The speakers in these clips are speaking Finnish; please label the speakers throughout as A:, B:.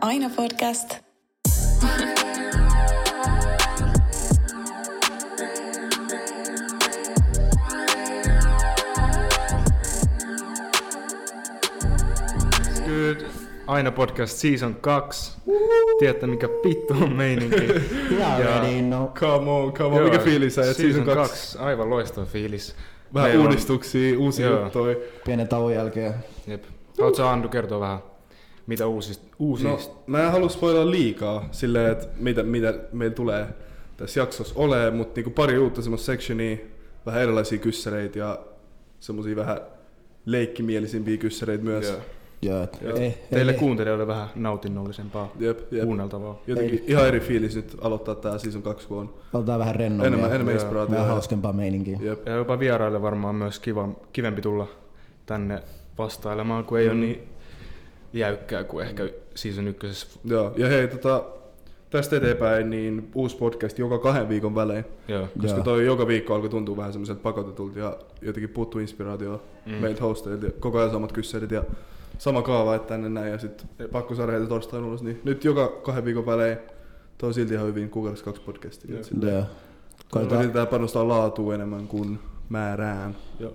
A: Aina podcast.
B: Good. Aina podcast season 2. Tiedätte mikä pittu on meininki.
C: Ihan
B: Ja-
C: ready, no.
D: Come on, come on. Mikä fiilis sä?
B: Season
D: Season 2.
B: 2. Aivan loistava fiilis.
D: Vähän
B: Meillä on-
D: uudistuksia, uusia
B: Joo.
D: juttuja.
C: Pienen tauon jälkeen.
B: Jep. Haluatko sä Andu kertoa vähän, mitä uusista?
D: No,
B: uusista?
D: mä en halua spoilaa liikaa silleen, että mitä, mitä meillä tulee tässä jaksossa olee, mutta niinku pari uutta semmoista sectionia, vähän erilaisia kyssäreitä ja semmoisia vähän leikkimielisimpiä kyssäreitä myös.
B: Joo.
C: Joo, et-
D: Joo.
C: ei-
B: Teille
C: ei-
B: kuuntelijoille vähän nautinnollisempaa,
D: Jep, jep.
B: kuunneltavaa.
D: Jotenkin
C: Ei.
D: ihan eri fiilis nyt aloittaa tää season 2, kun on
C: Otetaan vähän rennommin.
D: enemmän,
C: ja
D: enemmän
B: Joo.
C: Vähän
D: inspiraatiota.
C: hauskempaa meininkiä.
D: Jep.
B: Ja jopa vieraille varmaan myös kiva, kivempi tulla tänne vastailemaan, kun ei
D: Mm.
B: ole niin jäykkää kuin ehkä season ykkösessä.
D: Joo. Ja hei, tota, tästä eteenpäin niin uusi podcast joka kahden viikon välein.
B: Joo.
D: Koska
C: Joo.
D: toi joka viikko alkoi tuntua vähän semmoiselta pakotetulta ja jotenkin puuttuu inspiraatio mm. meiltä hosteilta. ja Koko ajan samat kyselyt ja sama kaava, että tänne näin ja sitten pakko saada heitä torstaina ulos. Niin nyt joka kahden viikon välein toi silti ihan hyvin kuukaudessa kaksi podcastia.
B: Joo.
D: Et Silleen,
C: Joo.
D: Koitetaan.
C: Koitetaan
D: Yritetään panostaa laatuun enemmän kuin määrään.
B: Joo.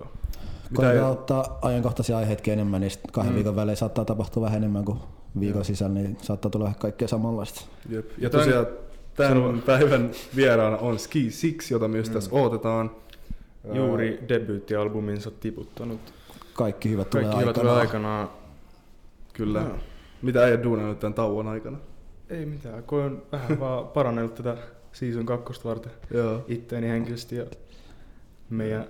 D: Mitä ei,
C: koitetaan ottaa ajankohtaisia aiheetkin enemmän, niin sit kahden viikon välein saattaa tapahtua vähän enemmän kuin viikon sisällä, niin saattaa tulla vähän kaikkea samanlaista.
D: jep. Ja tosiaan tämän päivän vieraana on Ski Six, jota myös mm. tässä odotetaan.
B: Juuri debyyttialbuminsa tiputtanut.
C: Kaikki hyvät tulee
B: Kaikki hyvä tulee
C: aikanaan.
B: aikanaan.
D: Kyllä.
B: Joo.
D: Mitä ei duunannut tämän tauon aikana?
B: Ei mitään, kun on vähän vaan parannellut tätä season 2 varten
D: Joo.
B: itteeni henkisesti ja meidän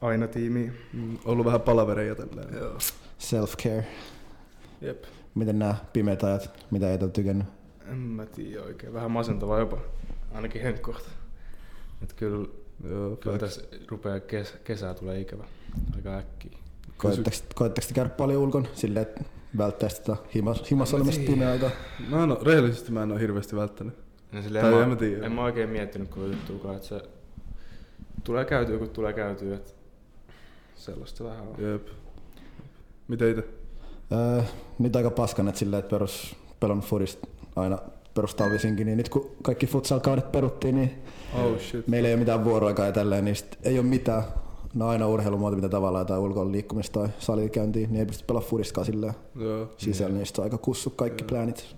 B: aina tiimi.
D: Mm, Ollut vähän palavereja tälleen. Joo.
C: Self-care.
B: Jep.
C: Miten nämä pimeät ajat, mitä et ole tykännyt?
B: En mä tiedä oikein, vähän masentavaa jopa, ainakin henkkohta. Et kyllä,
D: Joo,
B: kyllä
D: facts.
B: tässä rupeaa kes, kesää tulee ikävä aika äkkiä.
C: Koetteko te käydä paljon ulkon silleen, että välttää sitä himas, himas olemista pimeä aikaa?
D: Mä en oo, rehellisesti mä en oo hirveästi välttänyt.
B: No silleen
D: Tai
B: en,
D: en
B: mä,
D: mä tiedä.
B: en mä oikein miettinyt koko juttuukaan, että se tulee käytyä kun tulee käytyä, että sellaista vähän on.
D: Jep. Mitä itse?
C: Öö, nyt aika paskan, että silleen, että perus pelon fudista aina perustalvisinkin, niin nyt kun kaikki futsalkaudet peruttiin, niin
D: Oh shit.
C: meillä ei ole mitään vuoroaikaa ja tälleen, niin sit ei ole mitään. No aina urheilumuoto, mitä tavallaan tai ulkoon liikkumista tai salikäyntiin, niin ei pysty pelaamaan fudistakaan silleen
D: Joo.
C: sisällä, niin sit on aika kussu kaikki pläänit.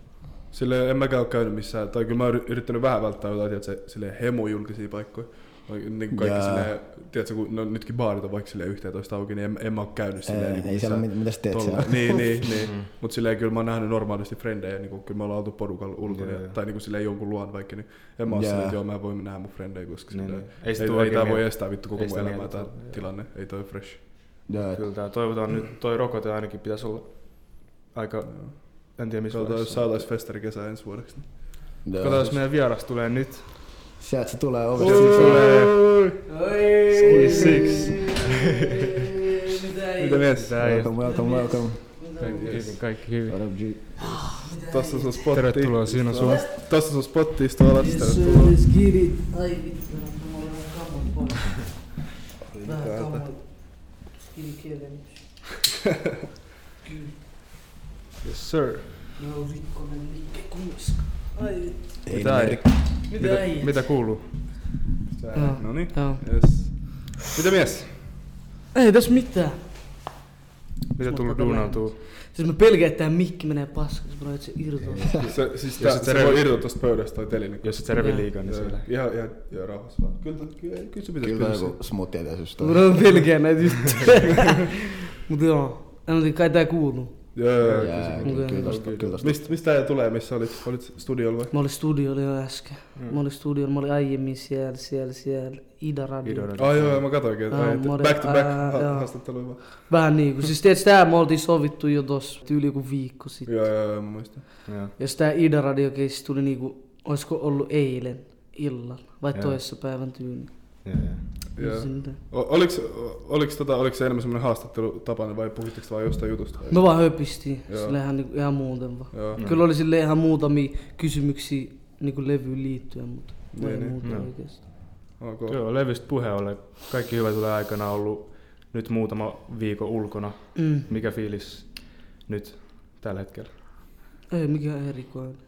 D: Silleen en mäkään oo käynyt missään, tai kyllä mä oon yri- yrittänyt vähän välttää jotain, tiedätkö, silleen hemojulkisia paikkoja. Niin kuin kaikki
C: Jaa.
D: silleen, tiedätkö, kun no, nytkin baarit on vaikka silleen 11 auki, niin en, en mä oo käynyt silleen.
C: Ei,
D: niinku
C: ei siellä
D: missään
C: mit- mitä sä teet
D: tolla-
C: siellä?
D: Niin, niin,
B: Mm.
D: niin. Mut silleen kyllä mä oon nähnyt normaalisti frendejä, niin kuin, kyllä me ollaan oltu porukalla ulkona,
B: Joo,
D: ja-
B: joo.
D: tai niin kuin silleen jonkun luon vaikka, niin en mä oo silleen,
C: Jaa.
D: että joo mä en voi nähdä mun frendejä, koska
B: Niin,
D: silleen,
B: niin. Ei
D: ei,
B: sit
D: ei,
B: tuu
D: ei tää
B: oikein
D: voi
B: miet-
D: estää vittu
B: ei
D: koko mun
B: sitä
D: elämää tää
B: mietitään, joo.
D: tilanne, ei toi fresh.
C: Ja,
B: Kyllä tää, toivotaan nyt, toi rokote ainakin pitäisi olla aika, en tiedä missä
D: Katsotaan, jos
B: vaiheessa.
D: saatais festari kesä ensi vuodeksi.
B: Katsotaan, jos meidän vieras tulee nyt.
C: Sieltä se tulee ovesta
B: Sieltä
C: sisään.
B: tulee Ski Six.
D: Mitä mies?
B: Mitä ei-
C: Welcome, welcome, welcome.
B: Kaikki hyvin, kaikki hyvin.
C: What up, G?
D: Tossa on sun spotti.
B: Tervetuloa, siinä on sun.
D: Tossa on sun spotti, istuu alas.
E: Yes, sir,
D: Tervetuloa.
E: let's get it. Ai vittu, mä oon vähän kamoin pois. Vähän kamoin. Kiri kielen.
B: Yes sir.
E: Mä oon rikkonen liikke kunnossa. Ai vittu.
C: Ei
B: Mitä
C: niin
B: ei-
C: merkki.
E: Mitä
B: Mitä,
E: äijät?
B: mitä kuuluu?
E: Joo.
D: No niin.
E: Joo.
D: Yes. Mitä mies?
E: Ei tässä mitään.
B: Mitä
E: Mä
B: tullut
E: otan
B: duunautuu?
E: Siis mä pelkään, että tää mikki menee paskaksi, bro, et se irtoaa.
D: Se, siis
B: Jos
D: tää,
B: et
D: se
B: sä-
D: voi irrota tosta pöydästä toi teline.
B: Jos et sä revi liikaa, niin
D: Joo,
B: siellä.
D: Ihan, ihan, joo, rauhassa vaan. Kyllä, kyllä, kyllä se pitäis
C: Kyllä
D: kyllä
C: on
D: se.
C: joku smoothie tietysti.
E: Bro, mä pelkään näitä juttuja. Mut joo, en mä tiedä, kai tää kuuluu.
D: Joo, joo, joo, kyllä se.
C: Jää,
E: kyllä,
C: Kyllä kyllä tosta,
D: kyllä.
C: kyllä tosta.
D: Mist, mistä ei tulee, missä olit? Olit studiolla vai?
E: Mä olin studiolla jo äsken. Mä olin studiolla, mä olin aiemmin siellä, siellä, siellä. Ida Radio.
B: Idoiden.
D: Ai joo, joo, mä katoinkin.
E: Joo,
D: Ai, et-
E: mori-
D: Back to back
E: ää,
D: ha-
E: joo.
D: haastattelu. vaan.
E: Vähän niinku, siis tiedätkö tää me oltiin sovittu jo tossa tyyli joku viikko sitten.
D: Joo, joo, joo, mä muistan.
B: Joo.
E: Jos tää Ida Radio case tuli niinku, oisko ollut eilen illalla vai
B: Joo.
E: toissa päivän tyyli.
B: Joo, joo.
D: Joo.
E: Sinne.
D: O- Oliks, o- oliks, tota, oliks se enemmän semmonen haastattelutapainen vai puhutteko te vaan jostain jutusta? vai?
E: Me vaan höpistiin,
D: Joo.
E: sillä ihan, niinku, ihan muuten vaan.
D: Joo.
E: Kyllä oli sille ihan muutamia kysymyksiä niinku levyyn liittyen, mutta
D: Niin,
E: ei
D: niin.
E: muuta
B: Joo.
E: oikeastaan.
D: Ok.
B: Joo, levystä puheen ollen. Kaikki hyvä tulee aikana ollut nyt muutama viikon ulkona.
F: Mm.
B: Mikä fiilis nyt tällä hetkellä?
F: Ei mikään erikoinen.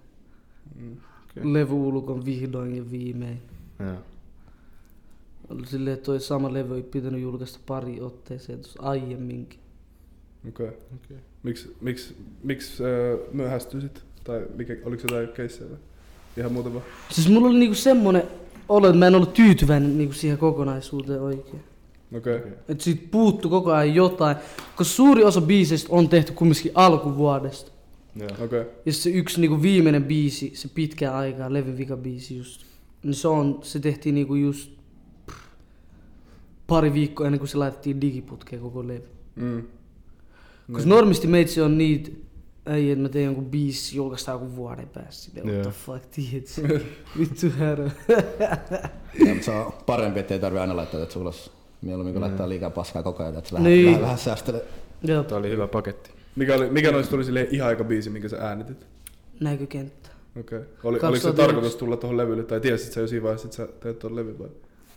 D: Mm.
B: Okei.
F: Levy ulkon vihdoin ja viimein.
B: Joo.
F: Ollut silleen, että toi sama levy ei pitänyt julkaista pari otteeseen tuossa aiemminkin.
D: Okei. Okay. Miksi miks, miks, äh, myöhästyi sit? Tai mikä, oliko jotain keissejä? vai? Ihan muuten vaan.
F: Siis mulla oli niinku semmonen olo, että mä en ollut tyytyväinen niinku siihen kokonaisuuteen oikein.
B: Okei.
D: Okei. Okay.
F: Et siitä puuttu koko ajan jotain, koska suuri osa biiseistä on tehty kumminkin alkuvuodesta.
B: Joo.
D: Okei. Okay.
F: Ja se yksi niinku viimeinen biisi, se pitkä aikaa, levin vika biisi just, niin se, on, se tehtiin niinku just prr, pari viikkoa ennen kuin se laitettiin digiputkeen koko levy.
D: Mm.
F: Koska normisti meitsi on niitä, ei, että mä teen jonkun biisi, julkaistaan joku vuoden päästä. Silleen, what
B: Joo.
F: the fuck, tiedät Vittu härä.
C: Ja, mutta se on parempi, ettei tarvi aina laittaa tätä ulos. Mieluummin kun laittaa liikaa paskaa koko ajan, että se vähän,
F: Niin.
C: vähän, vähän säästelee.
F: Joo,
B: Tämä oli hyvä paketti.
D: Mikä, oli, mikä noista tuli silleen ihan aika biisi, minkä sä äänitit?
F: näkökenttä.
D: Okei. Okay. Oli, oliko se
F: 2001.
D: tarkoitus tulla tuohon levylle? Tai tiesit sä jo siinä vaiheessa, että sä teet tuon levyn vai?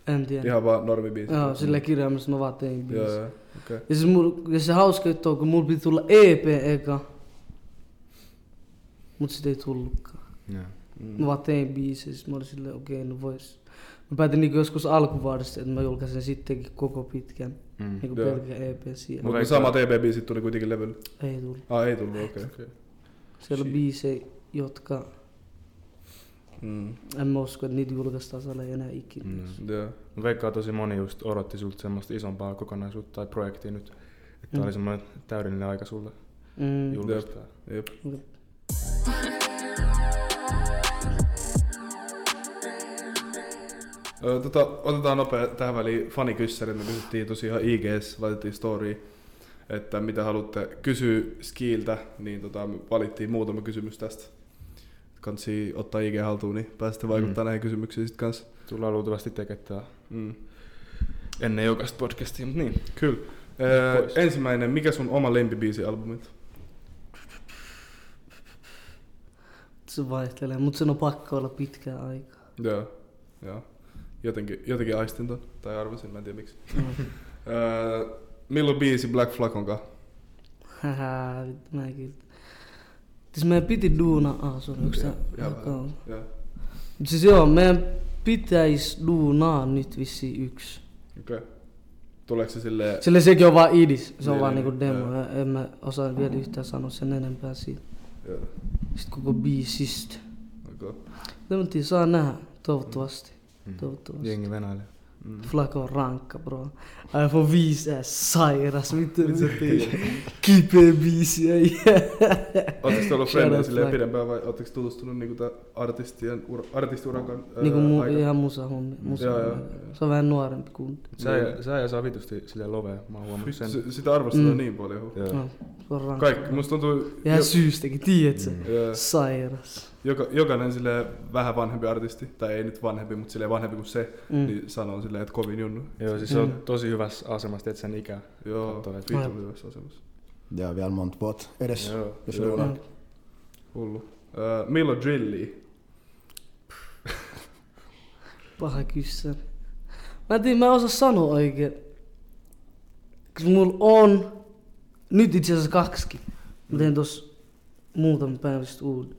F: En tiedä.
D: Ihan vaan normibiisi.
F: Joo, sillä kirjaimessa mä vaan tein biisi.
D: Joo, joo. Okei.
F: Ja, siis mul, ja se hauska juttu on, kun mulla piti tulla EP eka. Mut sit ei tullutkaan.
B: Joo.
D: Mm.
F: Mä vaan tein biisi, siis mä olin silleen, okei, okay, no vois. Mä päätin niinku joskus alkuvuodesta, että mä julkaisen sittenkin koko pitkän.
B: Mm.
F: Niinku
D: Joo.
F: pelkä EP siellä.
D: Mutta sama TB-biisit tuli kuitenkin levylle.
F: Ei tullut.
D: Ah, ei tullut, okei. Okay.
F: Siellä on biisejä, jotka
D: Mm.
F: en mä usko, että niitä julkaistaan siellä ei enää ikinä.
B: Mm.
D: Joo.
B: Mä Veikkaan tosi moni just odotti sulta semmoista isompaa kokonaisuutta tai projektia nyt. Että tää
F: Mm.
B: oli semmoinen täydellinen aika sulle
F: Mm.
B: julkaista.
D: Jep. Ö, Tota, otetaan nopea tähän väliin fanikyssäri. Me kysyttiin tosiaan IGS, laitettiin story, että mitä haluatte kysyä Skiiltä, niin tota, me valittiin muutama kysymys tästä. Kansi ottaa IG haltuun, niin pääsette vaikuttaa mm. näihin kysymyksiin sitten kanssa.
B: Tullaan luultavasti tekemään tää
D: Mm.
B: ennen jokaista podcastia, mutta niin.
D: Kyllä. Öö,
B: Pois.
D: ensimmäinen, mikä sun oma lempibiisi albumit?
F: Se vaihtelee, mutta sen on pakko olla pitkään aikaa.
D: Joo, joo. Jotenkin, jotenkin aistin ton, tai arvasin, mä en tiedä miksi. Öö, milloin biisi Black Flag onkaan?
F: Hähä, vittu, mä en kyllä. Siis meidän piti duuna, ah sorry, onks tää?
D: Ihan vähän.
F: alkaa?
D: Joo,
F: Mut Siis joo, meidän pitäis duunaa nyt vissiin yksi.
D: okei. Okay. Tuleeko se silleen...
F: Sillä sekin on vaan idis, se on
D: Niin,
F: vaan
D: niin,
F: niinku demo,
D: joo. Mm-hmm.
F: ja en mä osaa vielä yhtään sanoa sen enempää siitä.
D: Joo,
F: Sit koko biisistä.
D: okei.
F: Tämmöntiin saa nähdä, toivottavasti.
D: Mm-hmm.
F: Toivottavasti.
B: Jengi venäilee.
D: Mm.
F: Flacco on rankka bro. iPhone 5 s sairas, mitä
D: Mitä sä tiedät?
F: kipeä biisi ei.
D: Oletteko te ollut
F: Shout out
D: frendejä silleen
F: Flag.
D: pidempään vai oletteko tutustunut niinku tää artistien, ura, artistiurakan ää,
F: Niinku mu-
D: aikana?
F: ihan musa hommi. Musa
D: Joo, joo,
F: hommi.
D: joo.
F: Se on vähän nuorempi kuin.
B: Sä,
D: Niin.
B: ja, sä ja saa vitusti sille lovea, mä oon huomannut sen.
D: S- Sitä arvostetaan
F: Mm.
D: niin paljon.
B: Joo.
F: No, se on rankka.
D: Kaikki, Niin. musta tuntuu...
F: Ja
D: jo-
F: ihan syystäkin, tiedät sä?
D: Joo.
F: Sairas.
D: Joka, jokainen sille vähän vanhempi artisti, tai ei nyt vanhempi, mutta sille vanhempi kuin se, mm.
F: Mm.
D: niin sanoo silleen, että kovin junnu.
B: Joo, siis se on
F: Mm.
B: tosi hyvässä asemassa, että sen ikä.
D: Joo,
B: Katsotaan, että-
D: viitu hyvässä asemassa.
C: Ja vielä monta vuotta edes,
B: Joo,
C: jos
D: joo.
C: luulee.
F: Mm.
D: Hullu. Öö, milloin drilli?
F: Paha kyssär. Mä en tiedä, mä en osaa sanoa oikein. Koska mulla on nyt itse asiassa kaksikin. Mä tein tossa muutama päivä sitten uuden.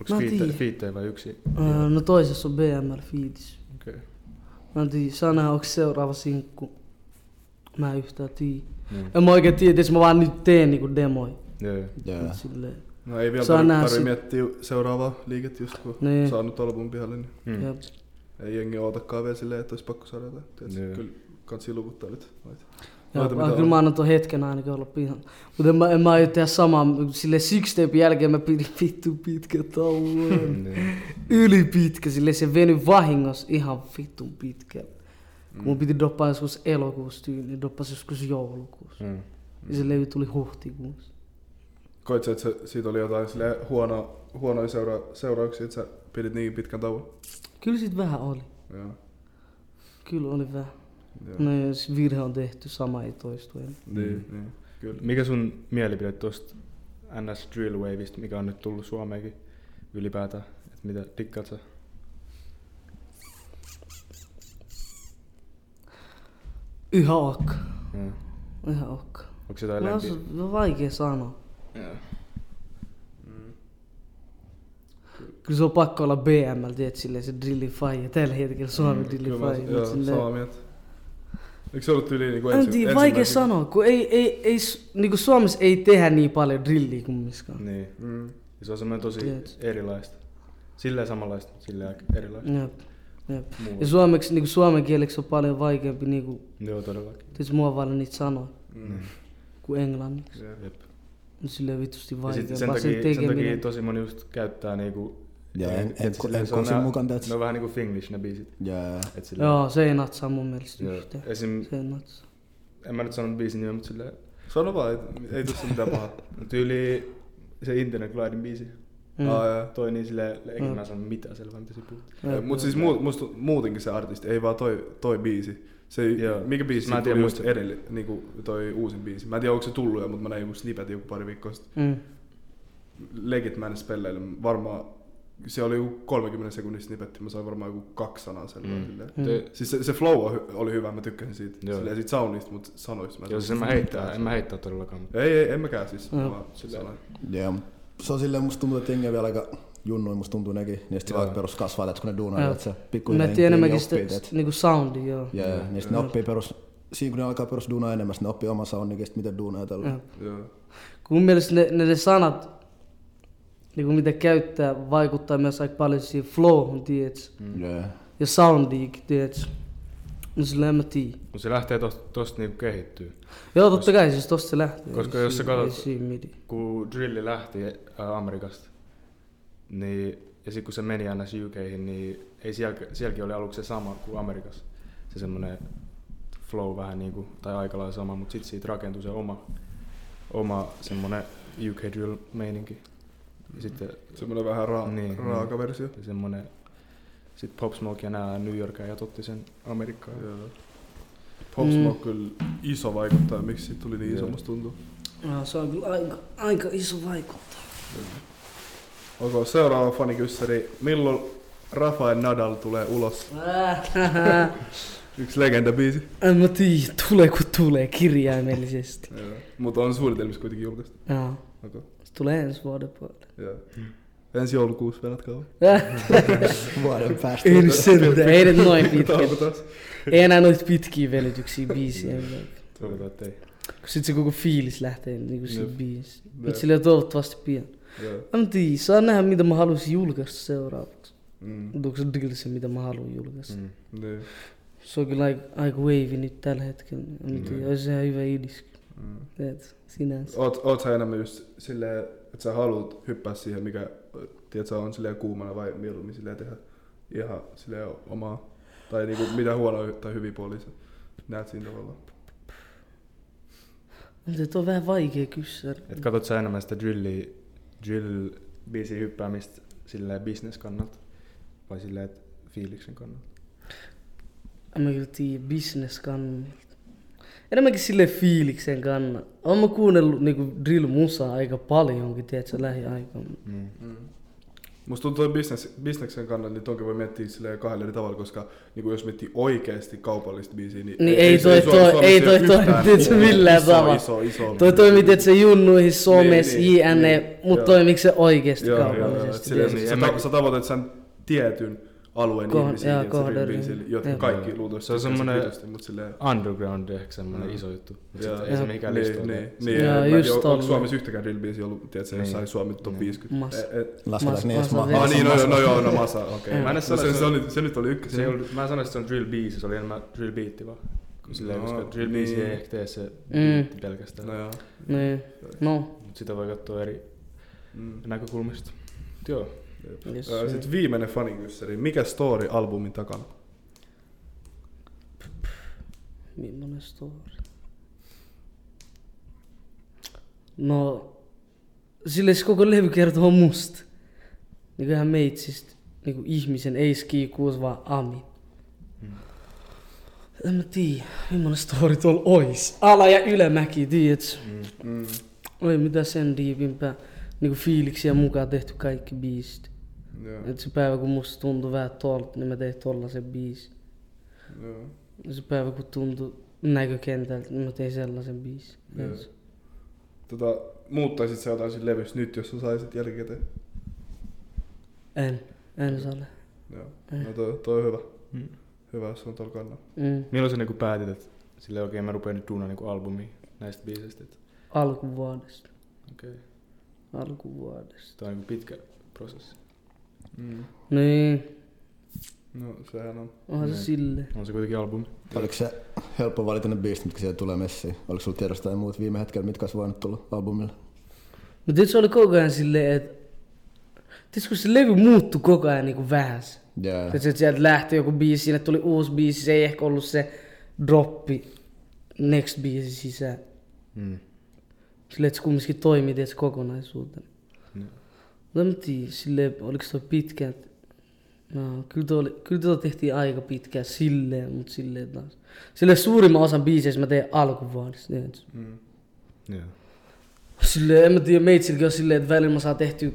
B: Onks
F: Mä
B: fiitte-
F: tiedän.
B: fiittejä vai yksi?
F: Öö, No toisessa on BMR Feeds.
B: Okei.
F: Mä en tiedä, saa nähdä, onko seuraava sinkku. Mä en yhtään tiedä.
B: Niin.
F: En mä oikein tiedä, että mä vaan nyt teen niinku demoja.
B: Joo, joo.
C: Joo.
F: Mut Silleen.
D: No ei vielä
F: Saa
D: tarvi,
F: nähdä
D: tarvi
F: sit-
D: miettiä seuraavaa liiket just kun
F: Niin.
D: saanut album pihalle, niin
B: Mm.
F: Ja,
D: ei jengi ootakaan vielä silleen, että olisi pakko saada jotain.
B: Joo.
D: Tiedätkö, kyllä kansi luvuttaa nyt. Noita.
F: ja,
D: Noita,
F: ja,
D: mitä
F: kyllä
D: on.
F: mä annan ton hetken ainakin olla pihan. Mutta en mä, en mä aio tehdä samaa. Sille sixtape jälkeen mä pidin vittu pitkä tauon.
B: Niin.
F: Yli pitkä, sille se veny vahingossa ihan vittun pitkä. Kun
D: Mm.
F: mun piti doppaa joskus elokuussa tyyliin, niin doppasin joskus joulukuussa.
B: Mm.
F: Ja se levy tuli huhtikuussa.
D: Koit sä, että se, siitä oli jotain silleen huono, huonoja seura- seurauksia, että sä pidit niin pitkän tauon?
F: Kyllä sit vähän oli.
D: Joo.
F: Kyllä oli vähän.
D: Joo.
F: No jos virhe on tehty, sama ei toistu enää.
D: Niin, niin. Kyllä.
B: Mikä sun mielipide tuosta NS Drill Waveista, mikä on nyt tullut Suomeenkin ylipäätään? Et mitä dikkaat sä?
F: Yhä ok.
B: Joo.
F: Yhä ok.
B: Onko jotain
F: Mä
B: lempi?
F: on on vaikea sanoa.
B: Joo.
F: Kyllä se on pakko olla BML, tiedät silleen se drillin faija. Tällä hetkellä Suomen mm, drillin
D: Kyllä mä-
F: faija. mut
D: joo,
F: silleen-
D: samaa mieltä. Eikö se ollut tyyliin niinku
F: En tiedä, niin, vaikea
D: ensimmäisenä-
F: sanoa, kun ei, ei, ei, s- niinku Suomessa ei tehdä niin paljon drilliä kumminkaan.
B: Niin.
D: Mm.
B: Ja Se on semmoinen tosi
F: Tiedät.
B: erilaista. Silleen samanlaista, mutta silleen aika erilaista.
F: Jep. Jep.
B: Mulla-
F: Ja suomeksi, niinku suomen kieleksi on paljon vaikeampi niinku,
B: Joo, todellakin.
F: tietysti muovailla niitä sanoja
D: Mm.
F: kuin englanniksi.
B: Jep.
F: Mut silleen vitusti
B: Ja sit
F: vaikeampaa
B: sen,
F: sen,
B: takia, sen takia
F: tekeminen.
B: tosi moni just käyttää niinku...
C: Ja en, en,
B: silleen
C: en,
B: se on
C: kosin
B: nää-
C: mukaan täältä.
B: Ne on vähän niinku Finglish ne biisit.
C: Ja
B: Et silleen-
F: Joo, se ei natsaa mun mielestä
B: Joo.
F: yhtään.
B: Esim,
F: Se ei natsaa.
B: en mä nyt sanonut biisin nimeä, mutta silleen no
D: Sano vaan, ei, ei tuossa mitään pahaa.
B: tyyli se Internet Glidin biisi.
F: Mm.
D: Aa, joo.
B: Toi niin silleen, eikä
F: Mm.
B: mä sano mitään selvää, mitä se puhuttiin.
F: Jep.
D: Mutta siis muut, musta, muutenkin se artisti, ei vaan toi, toi biisi. Se,
B: Joo.
D: mikä biisi
B: Mä
D: mä
B: en
D: tuli
B: tiedä,
D: just
B: muista-
D: edelle, niinku toi uusin biisi. Mä en tiedä, onko se tullut jo, mutta mä näin joku snippet joku pari viikkoa sitten.
F: Mm.
D: Legit mä en spelleille. Varmaan, se oli joku 30 sekunnin snippetti, mä sain varmaan joku kaksi sanaa selvää.
B: Mm.
D: Mm.
F: Mm.
B: Te-
D: Siis se, se flow on hy- oli hyvä, mä tykkäsin siitä.
B: Joo.
D: Silleen siitä soundista, mutta sanoista mä
B: Joo, sen mä heittää, en mä heittää todellakaan. mutta-
D: Ei, ei, en mäkään siis.
F: Joo.
D: Mä vaan
B: Silleen.
D: sanoin.
C: ja se on silleen, musta tuntuu, että jengi on vielä aika junnuin, musta tuntuu nekin. Ja sitten vaan perus kasvaa, että kun ne duunaa,
F: Joo.
C: että se
F: Mä
C: pikkuhiljaa
F: nähtiin
C: jengi
F: enemmänkin sitä
C: oppii, tiedät.
F: s- niinku soundia, joo.
C: Ja ja, niin sitten ne oppii perus, siinä kun ne alkaa perus duunaa enemmän, sit ne oppii oman soundinkin, sit miten duunaa ja tällä.
F: Jep.
D: Joo.
F: Kun mun mielestä ne, ne, ne sanat, niinku mitä käyttää, vaikuttaa myös aika paljon siihen flowhun, tiedätkö?
C: Ja
F: Ja soundiinkin, tiedätkö? No sillä en mä tiedä.
B: Mut se lähtee tosta, tosta niinku kehittyy.
F: Joo, totta kai, siis tosta se lähtee.
B: Koska
F: Ei
B: jos sä
F: siinä-
B: katsot-
F: ei siinä mitään.
B: Kun drilli lähti ää, Amerikasta, niin, ja sitten kun se meni aina UKihin, niin ei siellä, sielläkin oli aluksi se sama kuin Amerikassa. Se semmoinen flow vähän niin kuin, tai aika lailla sama, mutta sitten siitä rakentui se oma, oma semmoinen UK drill meininki. Ja sitten
D: Semmoinen vähän ra-
B: Niin,
D: raaka
B: niin.
D: versio.
B: semmoinen, sitten Pop Smoke ja nämä New Yorkajat otti sen Amerikkaan.
D: Joo. Pop
F: Mm.
D: Smoke kyllä iso vaikuttaja, miksi siitä tuli niin iso,
B: Joo.
D: musta tuntuu.
F: Joo, se on kyllä aika, aika iso vaikuttaja.
D: Onko seuraava fanikyssäri, milloin Rafael Nadal tulee ulos?
F: Äh,
D: Yksi legendabiisi.
F: en mä tiedä, tulee kun tulee kirjaimellisesti.
D: Mutta on suunnitelmissa kuitenkin julkaistu.
F: Joo,
D: Okay.
F: se tulee ensi vuoden puolelle.
D: Joo. Ensi joulukuussa venät kauan.
F: Äh,
C: vuoden päästä.
F: ei nyt sentään, ei nyt noin pitkä.
D: Tauko taas.
F: Ei enää noita pitkiä velytyksiä biisiä.
B: Toivotaan, että ei.
F: Sitten se koko fiilis lähtee niinku siinä
D: Jep.
F: biisissä.
D: Jep.
F: Mutta sillä on toivottavasti pian.
D: Joo.
F: Mä en tiedä, saa nähdä mitä mä haluaisin julkaista seuraavaksi.
D: Mm.
F: Onko se deal se mitä mä haluan julkaista?
B: Mm.
D: Niin.
F: Se on kyllä aika, aika wavy nyt tällä hetkellä. Mä en tiedä, olisi ihan hyvä idis.
D: Mm.
F: Teet, sinänsä.
D: Oot, oot sä enemmän just silleen, että sä haluat hyppää siihen, mikä ö, tiedät, sä on silleen kuumana vai mieluummin silleen tehdä ihan silleen omaa? Tai niinku, mitä huonoja tai hyviä puolia sä näet siinä tavallaan?
F: Mutta tuo on vähän vaikea kysyä.
B: Et katot sä enemmän sitä drilliä, drill biisi hyppäämistä silleen business kannalta vai silleen et fiiliksen kannalta?
F: En mä kyllä tiedä, business kannalta. Enemmänkin sille fiiliksen kannalta. Oon mä kuunnellut niinku drill musaa aika paljonkin, tiedätkö, lähiaikoina.
B: Mm.
D: Mm. Musta tuntuu, että business, bisneksen kannalta niin tonkin voi miettiä silleen kahdella eri tavalla, koska niin kuin jos miettii oikeasti kaupallista biisiä, niin...
F: Niin ei
D: se-
F: toi-
D: Suom-
F: toi-
D: Suomessa
F: ei
D: ole
F: toi- toi-
D: yhtään
F: tiedätkö, millään
D: iso,
F: tavalla.
D: Iso, iso,
F: Toi toimii tietysti junnuihin, somessa,
D: Niin, niin,
F: JNE,
D: niin,
F: mutta
D: joo.
F: toimiiko se oikeasti
D: Joo, joo, joo, et
F: kaupallisesti?
D: silleen
F: tiedätkö?
B: niin,
D: sä,
B: en
D: ta-
B: mä-
D: sä tavoitat sen tietyn alueen
F: Koh-
D: ihmisiä,
F: joo,
D: tiedätkö, sillä
F: kohderyhmä.
D: biisillä, jotka
F: Joo.
D: kaikki luultavasti
B: Se on
D: tykkää siitä
B: semmonen-
D: vitusti, mut silleen...
B: Underground ehkä semmonen
D: Mm.
B: mm. iso juttu, mut
D: Joo.
B: sit ei se mikään
D: niin,
B: listoilla.
D: Niin, niin,
F: Joo,
D: en mä
F: just
D: tiedä, onko
F: tolleen.
D: Suomessa yhtäkään drillbiisi ollut, tiedätkö,
B: Niin.
D: jossain Suomi top
B: Niin.
D: 50?
F: Mas-
D: Eh, eh,
C: Lasketaan
F: Mas-
C: ne edes
F: mas-
C: ma-
D: Ah
F: mas-
D: niin, no,
C: mas-
D: joo, no joo, no masa, okei.
B: Mä en
D: No,
B: edes sano,
D: se,
B: että
D: se,
B: se
D: oli, se nyt oli ykkösen.
B: Se ei ollut, mä sanoin, että se on drill biisi, se oli enemmän drill biitti vaan. Silleen,
D: No,
B: koska drill biisi
D: niin.
B: ei ehkä tee se biitti pelkästään.
D: No
B: No.
D: joo.
F: Niin, no.
B: Mut sitä voi katsoa eri
D: Mm.
B: näkökulmista. Mut Joo.
F: Yes,
D: Ö,
F: sir.
D: Sitten viimeinen fanikyssäri. Mikä story albumin takana?
F: Millainen story? No, sille se koko levy kertoo musta. Niinku ihan meitsistä. Niinku ihmisen, ei skikuus, vaan Amin. En mä tiedä, millainen story tuolla ois. Ala- ja ylämäki, tiiäts.
D: Mm.
F: Ei mitään sen diipimpää. Niinku fiiliksiä mukaan tehty kaikki biisit.
D: Joo,
F: Et se päivä kun musta tuntui vähän tolta, niin mä tein tollasen biisin.
D: joo.
F: Ja Se päivä kun tuntui näkökentältä, mä tein sellaisen biisin.
D: Joo. Tota, muuttaisit sä jotain siinä levyssä nyt, jos sä saisit jälkikäteen?
F: En, en sano.
D: Joo.
F: Eh.
D: No toi, toi on hyvä.
B: Mm.
D: Hyvä, jos se on tuolla kannalla.
F: Mm.
B: Milloin sä niinku päätit, että sille oikein mä rupean nyt duunaan niinku albumia näistä biiseistä? Että
F: Alkuvuodesta.
B: okei, okay.
F: Alkuvuodesta.
B: tämä on niinku pitkä prosessi.
D: Mm.
F: Niin,
D: No sehän on.
F: onhan se
B: Niin.
F: sille.
B: On se kuitenkin albumi.
C: Oliko se helppo valita ne biisit, mitkä siellä tulee messiin? Oliko sulla tiedossa tai muut viime hetkellä, mitkä olisi voinut tulla albumille?
F: Mutta se oli koko ajan silleen, että... Tiedätkö, kun se levy muuttui koko ajan niinku vähäs.
C: Yeah.
F: Sitten sieltä lähti joku biisi, sinne tuli uusi biisi, se ei ehkä ollut se droppi next biisi sisään.
B: Mm.
F: Silleen, että se kumminkin toimii tietysti kokonaisuutena.
B: Joo.
F: Mutta en tiedä, silleen, oliko se pitkä? No, kyllä tuo, oli, kyllä tuo tehtiin aika pitkään silleen, mutta silleen taas. Silleen suurimman osan biiseistä mä tein alkuvuodesta. tiedätkö?
D: Mm.
B: Joo.
F: Silleen, en mä tiedä, meitsilläkin on silleen, että välillä mä saan tehtyä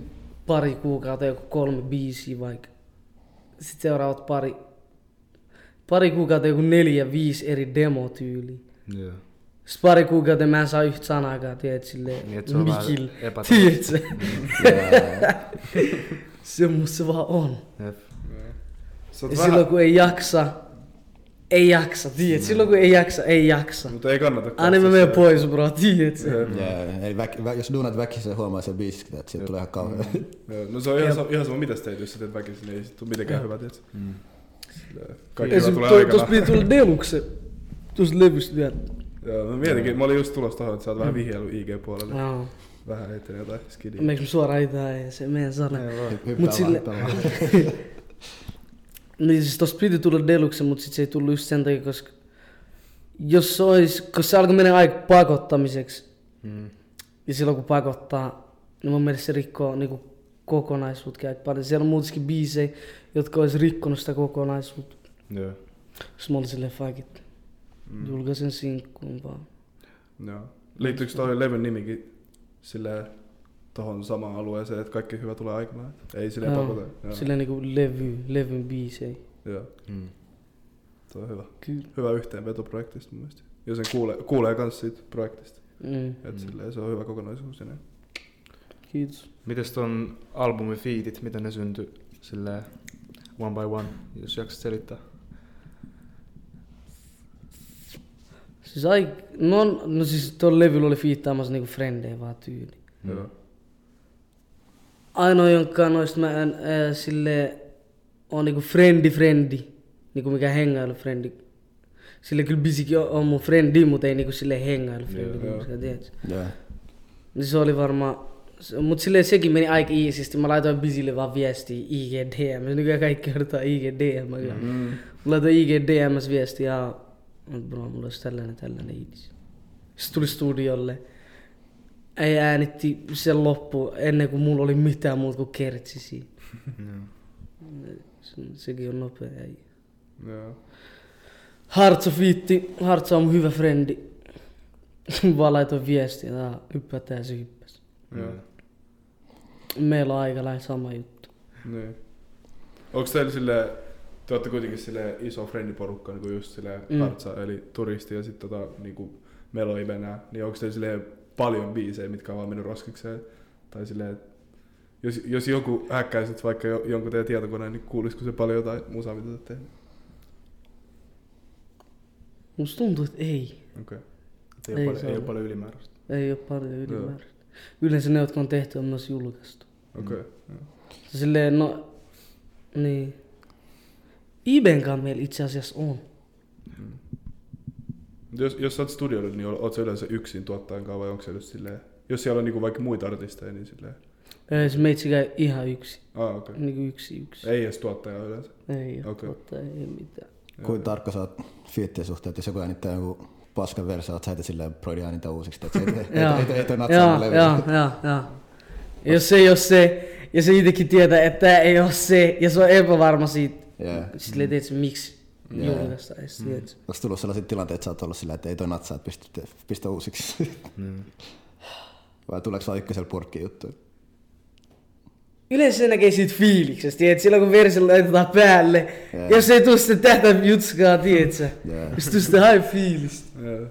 F: pari kuukautta joku kolme biisiä vaikka. Sitten seuraavat pari, pari kuukautta joku neljä, viisi eri demotyyliä.
B: Joo.
F: Sitten pari kuukautta mä en saa yhtä sanaakaan, tiedät silleen,
B: Niin, et se on vähän
F: mikillä.
B: epätavallista.
F: Tiedätkö? Semmoista se vaan on.
B: Jep.
D: Sä oot
F: Ja
D: vähän,
F: silloin kun ei jaksa, ei jaksa, tiedät. Silloin kun ei jaksa, ei jaksa.
D: mutta ei kannata katsoa
F: Aina mä menen
D: sitä.
F: pois, bro, tiedät sä.
D: Jep.
C: Yeah. Eli väk, vä, jos duunat väkisin, huomaa sen biisistä, että siitä tulee ihan kauhean.
D: Joo, No se on ihan, sama, ihan sama, mitä sä teet, jos sä teet väkisin, niin ei sit tuu mitenkään hyvä, tiedät.
B: Mm.
D: Silleen,
F: Ja
D: Kaikki
F: se
D: hyvä tulee
F: tuossa
D: aikanaan.
F: piti tulla deluxe. Tuossa levystä vielä.
D: Joo, mä mietinkin, mä olin just tulossa tohon, että sä oot
F: Mm.
D: vähän vihjailu IG-puolelle.
F: Joo.
D: Vähän heittänyt jotain skidiä.
F: Meikö mä suoraan itään ja se meidän sana.
C: Hyppää
F: Mut
C: vaan,
F: sille-
C: hyppää vaan.
F: Niin siis tossa piti tulla deluxe, mut sit se ei tullut just sen takia, koska jos se ois, kun se alkoi mennä aika pakottamiseksi,
B: Mm.
F: ja silloin kun pakottaa, niin mun mielestä se rikkoo niinku kokonaisuutta aika paljon. Siellä on muutenkin biisejä, jotka olisi rikkonut sitä kokonaisuutta.
B: Joo.
F: Jos mä olin silleen fuck it.
D: Mm.
F: Julkaisen sinkkuun vaan.
D: Joo. Liittyykö toi levyn nimikin silleen tohon samaan alueeseen, että kaikki hyvä tulee aikanaan? Ei silleen
F: Joo.
D: pakota. Joo.
F: Silleen niinku levy, levyn biisejä.
D: Joo,
B: Mm.
D: toi on hyvä.
F: Kyllä.
D: Hyvä yhteenveto projektista mun mielestä. Ja sen kuulee, kuulee kans siitä projektista.
F: Mm,
D: Et
B: Mm.
D: silleen se on hyvä kokonaisuus. Ja näin.
F: kiitos.
B: Mites ton albumin fiitit, miten ne syntyi silleen one by one, jos jaksat selittää?
F: Siis aik... No, no siis tuolla levyllä oli fiittaamassa niinku frendejä vaan tyyli.
D: Joo.
F: Ainoa, no jonka noista mä en äh, sille on niinku friendi friendi, niinku mikä hengailu friendi. Sille kyllä bisikin on, on mun friendi, mutta ei niinku sille hengailu friendi,
B: Joo,
D: joo.
F: koska tiedät.
C: Yeah.
F: Niin se oli varmaan, se- mut sille sekin meni aika iisisti. Mä laitoin bisille vaan viestiä IGDM, nykyään niinku kaikki kertaa IGDM. Mm.
D: Mm.
F: Mä laitoin IGDMs viestiä, ja bro, mulla olisi tällainen tällainen idis. Sitten tuli studiolle. Ei äänitti sen loppu ennen kuin mulla oli mitään muuta kuin kertsi siinä. Se- Sekin on nopea äijä.
D: Joo.
F: Hartso fiitti. Hartso on mun hyvä frendi. Vaan laitoin viestiä, että hyppätään se hyppäs.
D: Joo.
F: Meillä on aika lailla sama juttu.
D: Niin. Onks teillä silleen, te ootte kuitenkin silleen iso frendiporukka, niinku just silleen
F: Mm.
D: mm. Hartsa, eli turisti ja sit tota niinku Melo Ibenää, niin onks teillä silleen paljon biisejä, mitkä on vaan mennyt roskikseen? Tai silleen, et jos, jos joku häkkäisi nyt vaikka jo, jonkun teidän tietokoneen, niin kuulisiko se paljon jotain musaa, mitä te ootte tehneet?
F: Musta tuntuu, että ei.
D: Okei.
B: Et Ei,
F: Ei
B: ei, paljon,
F: se
B: ei
F: ole.
B: ole paljon ylimääräistä.
F: Ei ole paljon ylimääräistä. Yleensä ne, jotka on tehty, on myös julkaistu.
D: Okei. joo.
F: Silleen, no... Niin. Ibenkaan meillä itse asiassa on.
D: Mut Jos, jos sä oot studiolla, niin oot sä yleensä yksin tuottajan kanssa vai onko se just silleen, jos siellä on niinku vaikka muita artisteja, niin silleen,
F: Ei, Se meitsi käy ihan yksi.
D: ah okei.
F: Niinku yksi yksi.
D: Ei edes tuottaja yleensä.
F: Ei, oo
D: Okei.
F: totta, ei mitään.
C: Kuinka tarkka sä oot fiittien suhteen, että jos joku äänittää jonkun paskan versa, oot sä heti silleen broidi äänitä uusiksi, että ei, ei,
F: Joo.
C: ei, ei, ei toi natsaa
F: Joo,
C: levy.
F: joo, joo, joo. Jos se ei ole se, ja se itsekin tietää, että tää ei ole se, ja se on epävarma siitä,
C: Yeah.
F: sitten mm. tiedät, miksi
C: Joo.
F: julkaistaan. edes, tiedät.
C: Onko tullut sellaisia tilanteita, että sä oot ollut sillä, että ei toi natsaa, että pistä, pistä uusiksi?
B: Mm.
C: Vai tuleeko vaan ykkösellä purkki juttu?
F: Yleensä se näkee siitä fiiliksestä, tiedät, silloin kun versi laitetaan päälle.
C: Jee.
F: Jos ei tuu sitä tähtä jutskaa, tiedät sä.
C: Jee.
F: Jos tuu sitä hae fiilistä.
D: Joo,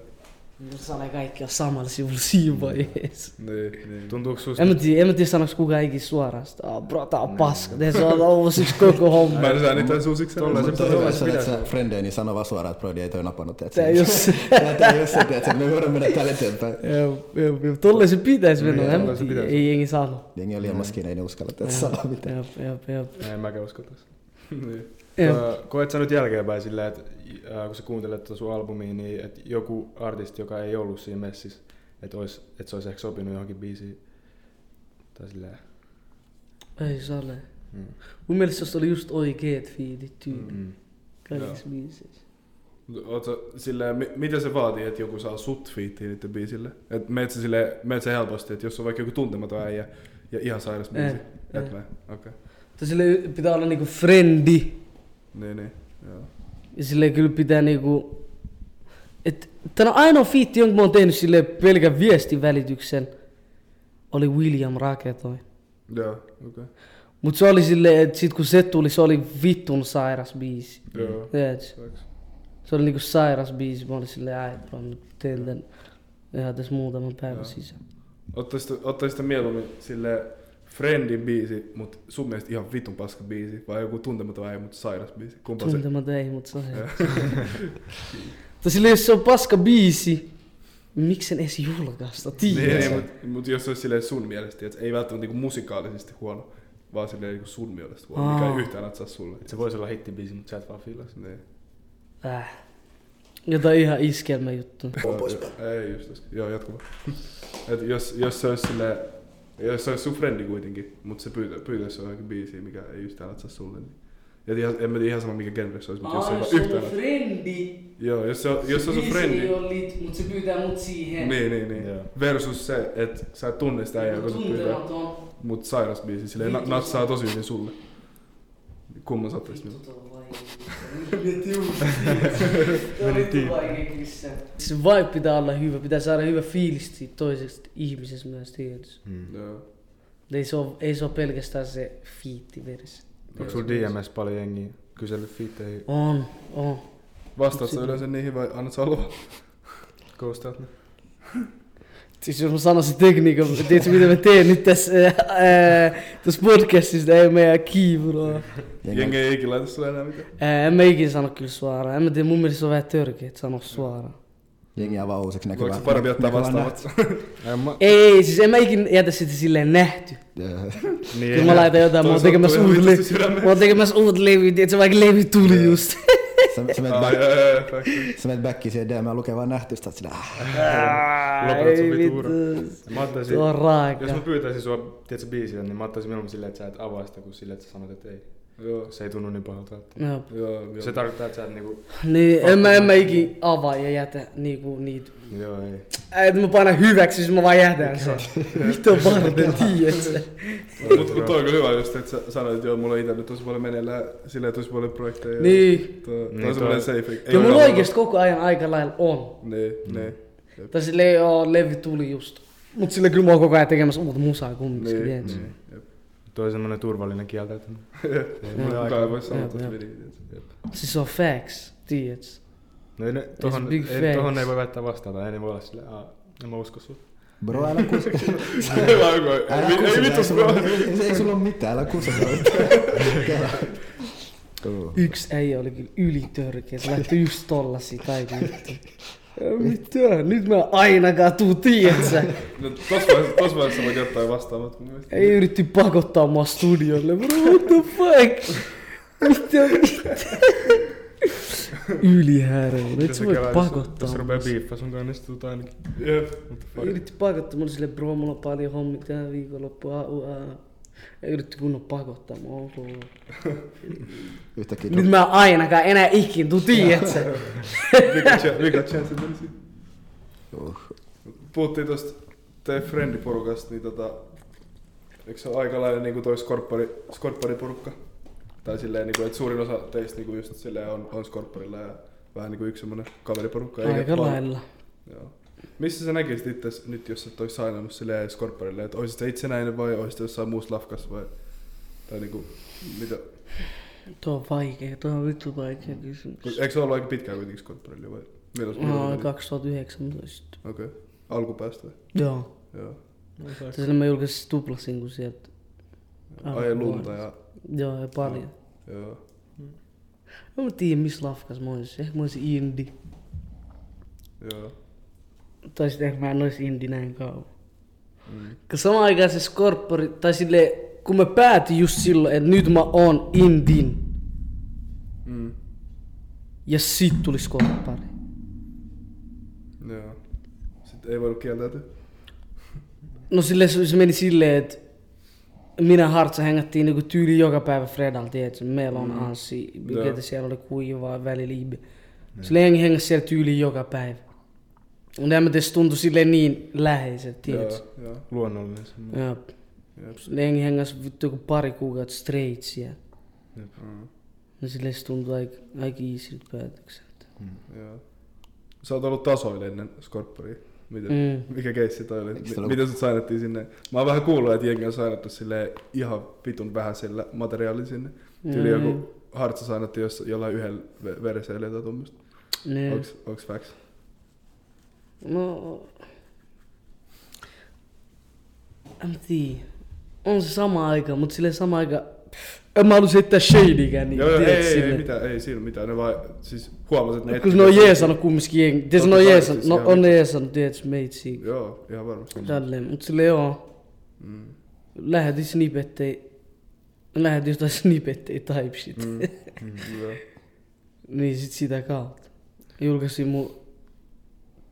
F: Sä olet kaikki on samalla sivulla siinä vaiheessa.
D: Niin, niin.
B: Tuntuuko susta?
F: En mä tiedä, en mä tiedä sanoks kukaan ikin suoraan sitä, oh, bro, tää on paska, tee se on uusiksi koko homma.
D: Mä en saa niitä suusiksen
B: Tuolla
D: olla.
B: se-
C: Mutta
B: pitää-
C: hyvä,
B: se
C: jos sä
B: pitää-
C: olet sä frendejä, niin sano vaan suoraan, että Brody ei toi napannut. Tiedätkö?
F: Tää jos...
C: Tää ei ole se, tiedätkö? Me voidaan mennä täällä eteenpäin.
F: Joo, joo, joo. Tolleen se pitäis mennä, en mä
B: tolleen se
F: tiedä,
B: pitäis.
F: ei jengi sano.
C: Jengi on liian maskiin, ei ne uskalla tiedätkö, sanoa mitään.
F: Joo, joo, joo.
B: En mäkään usko tässä.
D: Niin.
F: Joo,
B: Ö, Koet sä nyt jälkeenpäin silleen, että äh, kun sä kuuntelet tuota sun albumia, niin että joku artisti, joka ei ollut siinä messissä, että, ois, että se olisi ehkä sopinut johonkin biisiin. Tai silleen.
F: ei sale.
B: Mm.
F: Mun mielestä jos oli just oikeet fiilit tyyli,
B: Mm.
F: kaikissa biiseissä.
D: Mut Oot sä silleen, mi- mitä se vaatii, että joku saa sut fiittiin niiden biisille? Et meet sä silleen, meet sä helposti, että jos on vaikka joku tuntematon äijä ja ihan sairas biisi.
F: Ei,
D: Et
F: ei.
D: mä, okei.
F: Tai sille pitää olla niinku friendi.
D: Niin, niin. Joo.
F: Ja silleen kyllä pitää niinku... Et, tän on ainoa fiitti, jonka mä oon tehnyt sille pelkän viestivälityksen, oli William Raketoin.
D: Joo, okei. Okay.
F: Mut se oli silleen, että sit kun se tuli, se oli vittun sairas biisi.
D: Joo.
F: Tiedätkö? Se oli niinku sairas biisi, mä olin silleen, ai bro, mä teen tän ihan tässä muutaman
D: Joo.
F: päivän sisään.
D: Ottaisitko ottaisitko mieluummin sille friendin biisi, mut sun mielestä ihan vitun paska biisi, vai joku tuntematon äijä, mut sairas biisi? Kumpa se?
F: Tuntematon ei, mut se on Tai silleen, jos se on paska biisi, niin miksi sen edes julkaista?
D: Niin,
F: Tiedät
D: niin
F: sä?
D: mutta mut jos se olisi silleen sun mielestä, että ei välttämättä niinku musikaalisesti huono, vaan silleen niinku sun mielestä huono, mikä
F: Aa.
D: ei yhtään natsaa sulle.
B: Et se voisi olla hittibiisi, mutta sä et vaan fiilas.
D: Niin.
F: Äh. Jotain ihan iskelmä juttu.
D: Joo, joo. Ei just äsken. Joo, jatku vaan. Et jos, jos se olisi silleen, jos se olisi sun frendi kuitenkin, mutta se pyytä, pyytäisi sua johonkin biisiin, mikä ei yhtään natsaa sulle, niin et ihan, en mä tiedä ihan sama mikä genre se olisi, mutta jos se ei vaan yhtään natsaa.
F: frendi.
D: Joo, jos se, on- jos se on sun frendi.
F: lit, mut se pyytää mut siihen.
D: Niin, niin, niin.
B: Joo.
D: Versus se, että sä et tunne sitä äijää, kun sä pyytää. Mut sairas biisi, silleen na- natsaa tosi hyvin sulle. Kumman sä ottaisit nyt?
F: Se vibe pitää olla hyvä, pitää saada hyvä fiilis siitä toisesta ihmisestä myös tietysti.
B: Mm.
D: Joo.
F: Ei se, ole, ei se ole pelkästään se fiitti versi.
B: Onko sulla DMS paljon jengiä kysellyt fiitteihin?
F: On, on.
D: Vastaat sä yleensä niihin vai annat sä olla?
B: Ghostaat ne?
F: Siis jos mä sanoisin tekniikan, tiedätkö mitä mä teen nyt tässä, ää, tässä podcastissa, ei meidän kiivroa.
D: Jengi ei ikinä laita sulle enää mitään.
F: Ää, en mä ikinä sano kyllä suoraan. En mä tiedä, mun mielestä se on vähän törkeä, että sanoa suoraan.
C: Jengi avaa uusiksi näkyvää.
D: Voiko se parempi ottaa
C: näkyvää
D: vastaan
C: nä-
D: vatsa?
B: Ei, mä...
F: Ei, siis en mä ikinä jätä sitä silleen nähty.
C: Joo.
B: Niin,
F: Kyllä mä laitan jotain, mä oon
D: Toisaalta
F: tekemässä
D: tuli ihan
F: uut levy.
D: vittu sydämeen.
F: Mä oon tekemässä uut levy, tiedätkö, vaikka levy tuli just.
C: Sä- sä menet
D: Ai,
C: back-
D: ai, ai, ai, fuck.
C: Sä menet backiin siihen DM ja lukee vaan nähtystä, että sillä ah,
B: Lopetat sun
F: Ai
B: vittu
F: vittu.
B: Mä ottaisin,
F: Tuo on raaka.
B: jos mä pyytäisin sua tiedätkö, biisiä, niin mä ottaisin mieluummin silleen, että sä et avaa sitä, kuin silleen, että sä sanot, että ei.
D: Joo.
B: Se ei tunnu niin pahalta. Että...
F: Joo.
D: Joo, joo.
B: Se tarkoittaa, että sä et niinku...
F: Niin, en mä, en mä ikin avaa ja jätä niinku niitä.
B: Joo, ei.
F: Ei, että mä painan hyväksi, siis mä vaan jätän sen. Mitä varten, tiedätkö?
D: Mut kun toi on kyllä hyvä just, että sä sanoit, että joo, mulla on itä nyt tosi paljon meneillään, silleen tosi paljon projekteja.
F: Niin.
D: Toi,
B: Niin,
D: toi on
B: toi-
D: semmonen safe. Ei
F: Ja mulla
D: ole-
F: oikeesti koko ajan aika lailla on.
D: Niin, niin.
F: Tai silleen joo, levy tuli just. Mut sille kyllä mä oon koko ajan tekemässä uutta musaa kumminkin,
D: Niin,
F: tiedätkö?
D: niin. Jep.
B: Toi on semmonen turvallinen kieltäytyminen.
D: Mutta Kukaan ei voi sanoa
F: Jep,
D: tuosta
F: jep.
D: videosta.
F: Siis se on facts, tiedätkö?
B: No ei ne, tohon,
F: big
B: ei,
F: facts.
B: tohon ei voi väittää vastaata, ei ne voi olla silleen, aah, en mä usko sua.
C: bro, älä kus...
D: Ei vaan joku- ei-
C: Älä
D: Ei
C: kuseta, ei
D: vittu,
C: sulla,
D: bro.
C: ei, ei- ei sulla ole mitään, älä kuseta. Tuu.
F: Yksi äijä oli kyllä ylitörkeä, se laittoi just tollasia kaikki juttu. Mitä? Nyt mä ainakaan tuu, tiedätkö?
D: No, tossa vaiheessa- Tossa vaiheessa voi jättää jo vastaamatta mun mielestä.
F: Ei yritti pakottaa mua studiolle, bro, what the fuck? Mitä, mitä? Ylihäröinen, et sä voi pakottaa.
B: Jos
F: mua.
B: rupeaa biiffaa sun kanssa, niin sit tuut ainakin.
D: Jep.
F: Yritti pakottaa mulle sille, bro, mulla on paljon hommia tähän viikonloppuun. Au, au. Ja yritti kunnon pakottaa mua. ok.
C: Yhtäkkiä
F: Nyt mä en ainakaan enää ikin, tuu tiedät sä.
D: Mikä cha- Mikä chance olisi?
C: Uh.
D: Puhuttiin tosta teidän friendiporukasta, niin tota... Eikö se ole aika lailla niinku toi skorppari, skorppariporukka? Tai silleen niinku, että suurin osa teistä niinku just silleen on, on skorpparilla ja vähän niinku yksi semmonen kaveriporukka. eikä
F: Aika
D: vaan-
F: lailla.
D: Joo. Missä sä näkisit itse nyt, jos et olisi sainannut silleen skorpparille? Että oisit sä itsenäinen vai oisit sä jossain muussa lafkas vai Tai niinku, mitä,
F: Tuo on vaikea, tuo on vittu vaikea kysymys.
D: kun- eikö se ollut aika pitkään kuitenkin Scottbrelli vai? Milloin se
F: No,
D: milloin se-
F: 2019.
D: Okei. Okay. Alkupäästä.
F: Joo.
D: Joo.
F: Tässä mä julkaisin tuplasin kuin sieltä. Ah,
D: Ai lunta ja...
F: Joo, ja paljon.
D: Joo.
F: No mä tiedän missä lafkas mä oisin. Ehkä mä oisin indi.
D: Joo.
F: Tai sitten ehkä mä en ois indi näin kauan.
D: Mm.
F: Kun samaan aikaan se skorppori, tai sille kun mä päätin just silloin, että nyt mä oon indin.
D: Mm.
F: Ja sit tuli skorppari.
D: Joo. Sitten ei voinut kieltäytyä.
F: No sille se se meni silleen, että minä ja Hartsa hengattiin niinku tyyli joka päivä Fredal, tiedätkö? Meillä on Anssi,
D: Mm. Joo. Niin.
F: ketä siellä oli kuivaa, välillä Ibe. Sille jengi hengäs siellä tyyli joka päivä. Mutta en mä tiedä, se tuntui silleen niin läheiseltä, tiedätkö?
D: Joo. Joo.
B: Luonnollinen semmoinen.
F: Joo.
D: Jep.
F: Se Jengi hengäs vittu joku pari kuukautta straight siellä.
D: Mm.
F: No silleen se tuntui aika, aika easyltä päätökseltä.
D: Joo. Sä oot ollut tasoilla ennen Scorpionia. Miten,
F: Mm.
D: Mikä keissi toi oli?
C: Eikö
D: Mi-
C: se ollut-
D: Miten sut sainattiin sinne? Mä oon vähän kuullut, että jengi on sainattu sille ihan vitun vähäisellä materiaalilla sinne. Tyyli
F: Mm.
D: joku hartsa sainatti jos, jollain yhdellä ve- verseillä tai tuommoista.
F: Niin.
D: Onks, onks facts?
F: No... En mä tiedä. On se sama aika, mut sille sama aika... En mä halus heittää shadeikään niin,
D: joo, joo, ei,
F: tiedät,
D: ei, ei,
F: sille.
D: mitään, ei siinä mitään. Ne vaan, siis huomasin, että ne
F: Kun
D: etti-
F: ne on jeesannut kumminkin jengi. Tiedätkö, ne
D: Totta
F: on
D: kai,
F: jeesannut,
D: siis
F: no,
D: ihan
F: on ne jeesannut, tiedätkö, meitsiä.
D: Joo, ihan varmasti.
F: Tälleen, mut sille joo.
D: Mm.
F: Lähetin snipettei. Lähetin jotain snipettei type shit.
D: Mm. Joo.
F: Niin sit sitä kautta. Julkaisin mun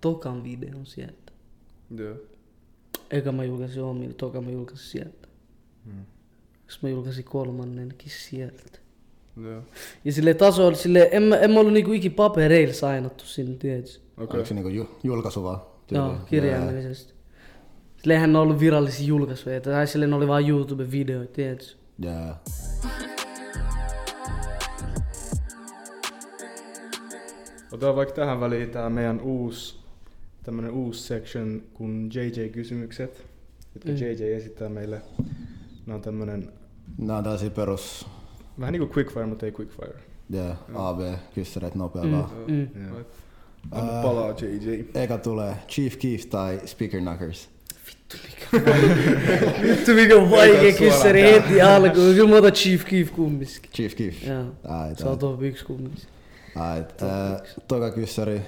F: tokan videon sieltä.
D: Joo.
F: Eka mä julkaisin omille, toka mä julkaisin sieltä. Hmm. Sitten mä julkaisin kolmannenkin sieltä.
D: Joo.
F: Ja sille taso oli sille, en mä, en mä ollut niinku iki papereilla sainattu sinne, tiedätkö?
D: Okei.
C: Oliko se niinku ju- julkaisu vaan? tyyliin?
F: Joo, kirjaimellisesti. Sille eihän ne ollut virallisia julkaisuja, tai sille ne oli vaan YouTube-videoita, tiedätkö?
C: Jää, jää.
B: Otetaan vaikka tähän väliin tämä meidän uusi, tämmönen uusi section kun JJ-kysymykset, jotka
F: Mm.
B: JJ esittää meille. Nämä on tämmönen,
C: Nää on tällaisia perus
B: vähän niinku quickfire, mutta ei quickfire.
C: jää, AB-kyssäreitä nopea
F: Mm,
C: vaan.
F: mm.
B: Joo.
D: Right. Anna palaa JJ.
C: Eka tulee Chief Keef tai Speaker Knockers.
F: Vittu mikä vaikea
D: Eikä
F: kyssäri
D: suoraan
F: heti alkuun, kyllä mä otan Chief Keef kummiskin.
C: Chief Keef.
F: Joo,
C: Ai,
F: se on top yksi kummiskin.
C: Ait, äh, toka kyssäri,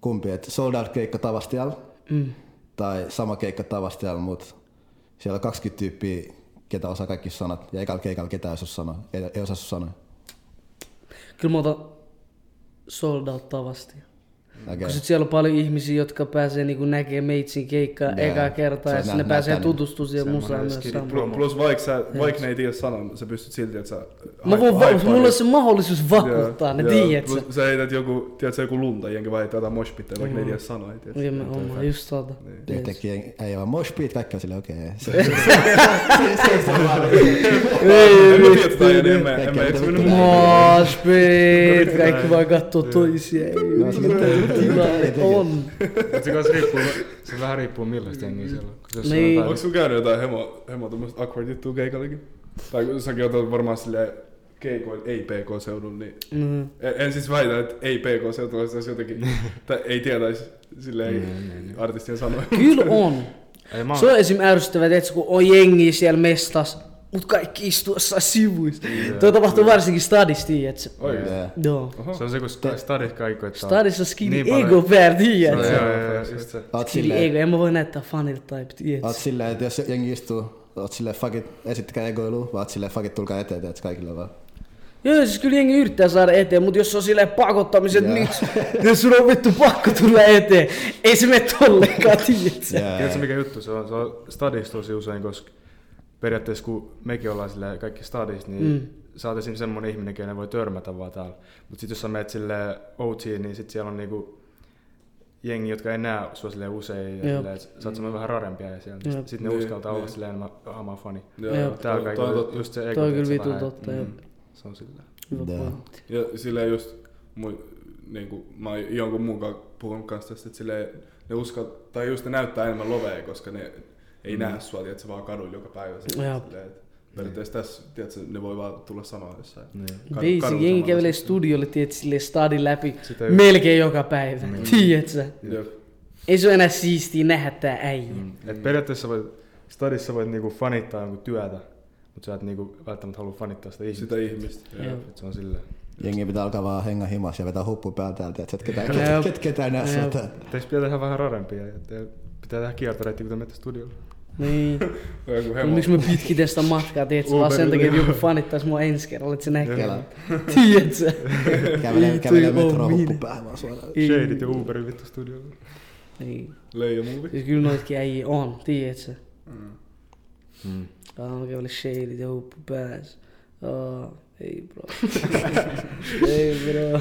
C: kumpi, että sold out keikka Tavastialla
F: Mm.
C: tai sama keikka Tavastialla, mut siellä on 20 tyyppiä, ketä osaa kaikki sanat, ja ekalla keikalla ketään ei osaa sanoa, ei, ei osaa sanoa.
F: Kyllä mä otan sold out tavasti.
C: Okay.
F: Kun sit siellä on paljon ihmisiä, jotka pääsee niinku näkee meitsin keikkaa
C: Jaa.
F: ekaa
C: Sä
F: kertaa ja
C: oot
F: sitten ne
C: nähnyt
F: pääsee
C: tänne.
F: tutustumaan siihen musaan
B: Semmoinen
F: myös
B: skill
F: samalla.
D: Plus, plus vaikka sä, vaikka ne ei tiedä sanoa, sä pystyt silti, että sä...
F: Mä voin, va- No, mulla on se mahdollisuus vakuuttaa ne, tiedät sä?
D: Plus sä heität joku, tiedät sä joku lunta, jenkä vai tätä moshpittaa, vaikka ne ei
F: Mm.
D: tiedä sanoa, ei tiedä.
F: Ja mä oon just tota.
B: Niin.
C: Yhtäkkiä ei- ei ole mosh beat, kaikki on silleen okei. Okay.
D: En mä tiedä, tai en en mä, en mä,
C: Kaikki
D: en
C: on
D: mä,
C: vittu
F: Moshpit, kaikki vaan kattoo toisia. ei mitään. Tilanne on.
B: Mut se kanssa riippuu, se vähän riippuu millaista jengiä siellä on. Kun jos
F: Niin.
B: on.
D: Onko
B: jotain-
D: sun käynyt jotain hemo, hemo tommoset awkward juttua keikallakin? Tai kun säkin otat varmaan silleen keikoilla ei PK-seudun, niin
F: Mm.
D: en, en siis väitä, että ei PK-seudulla olisi jotenkin,
B: Niin,
D: tai ei tietäisi silleen artistien sanoja.
F: Kyllä on.
B: Ei, mä oon-
F: Se on esim. ärsyttävää, että kun on jengi siellä mestas, mut kaikki istuu jossain sivuissa. Tuo tapahtuu varsinkin stadissa, tiedätkö?
D: Oikeesti.
C: Jää.
F: Joo.
B: se on se, kun sta- stadit kaikkoittaa.
F: Stadissa on skinny
B: Niin paljon-
F: ego pair,
B: Joo,
F: tiedätkö?
B: joo, joo, just se.
C: Oot
F: Skinny
C: silleen,
F: ego, en mä voi näyttää funil type, tiedätkö?
C: oot silleen, että jos jengi istuu, oot silleen fuck it, esittäkää egoilu, vaan oot silleen fuck it, tulkaa eteen, teet kaikille vaan.
F: Joo, joo, siis kyllä jengi yrittää saada eteen, mutta jos se on silleen pakottamiset,
C: Jaa.
F: yeah. nyt jos sun on vittu pakko tulla eteen, ei se mene tollekaan, tiedätkö?
C: Jää.
B: Tiedätkö mikä juttu se on? Se on stadissa tosi usein, koska periaatteessa kun mekin ollaan sille kaikki stadissa, niin
F: Mm.
B: mm. sä oot esimerkiksi semmonen ihminen, kenen voi törmätä vaan täällä. Mutta sitten jos sä menet sille OTiin, niin sit siellä on niinku jengi, jotka ei näe sua silleen usein. Ja
F: Jep.
B: silleen, et sä oot semmoinen vähän rarempia ja siellä.
F: Jep.
B: Niin sitten ne
D: Niin,
B: uskaltaa olla
D: niin.
B: silleen enemmän, aha mä oon fani.
F: Joo.
B: Täällä
D: toi on
B: kaikki
D: totta.
B: just se ego.
F: Toi on kyllä
B: tiedätkö,
F: vittu
B: vähän, et
F: totta, joo.
B: Se on silleen.
F: Hyvä
C: Jaa.
F: pointti.
D: Ja silleen just, mu, niin kuin, mä oon jonkun muun kanssa puhunut kanssa tästä, että silleen, ne uskal, tai just ne näyttää enemmän lovea, koska ne ei mm. näe sua, että se vaan kadulla joka päivä.
F: Joo.
D: Silleen, silleen, että Periaatteessa tässä, tiedätkö, ne voi vaan tulla samaa jossain.
B: Niin.
D: Kadu-
F: Basic,
D: kadulla
F: jengi
D: samalla
F: kävelee
D: jossain.
F: studiolle, tiedät, silleen stadin läpi.
B: Sitä just.
F: Melkein joka päivä,
B: Mm.
F: tiedät sä.
D: Jep.
F: Ei se ole enää siistiä nähdä tää äijä.
B: Mm. Et periaatteessa voit, stadissa voit niinku fanittaa jonkun työtä, mutta sä et niinku välttämättä halua fanittaa sitä ihmistä.
D: Sitä ihmistä.
F: Joo.
D: Jep.
B: Et se on silleen.
C: Jengi pitää alkaa vaan henga himas ja vetää huppu päältä, että et ketään,
F: Jep.
C: ketään, ket, ketään enää
F: Jep.
C: sataa.
B: Teistä pitää tehdä vähän rarempia. ja te- Pitää tehdä kiertoreitti, kuten menette studiolle.
F: Niin.
D: Joku
F: No,
D: hemo.
F: miksi mä pitkin sitä matkaa, tiedät sä,
B: Oh,
F: vaan sen takia, että joku fanittais mua ensi kerralla, että se näkee.
C: Kela.
F: Tiedät sä.
C: Kävelee,
F: Ei
C: kävelee
F: toi oo
C: metroa huppu
F: minä.
C: päähän vaan suoraan.
F: Ei.
B: Shadit ja Uberin vittu studiolle.
F: Niin.
D: Leija muuvi.
F: Siis kyllä noitkin äijä on, tiedät sä.
B: Mm.
F: Aina kävelee shadit ja huppu päässä. Oh, ei bro. ei bro.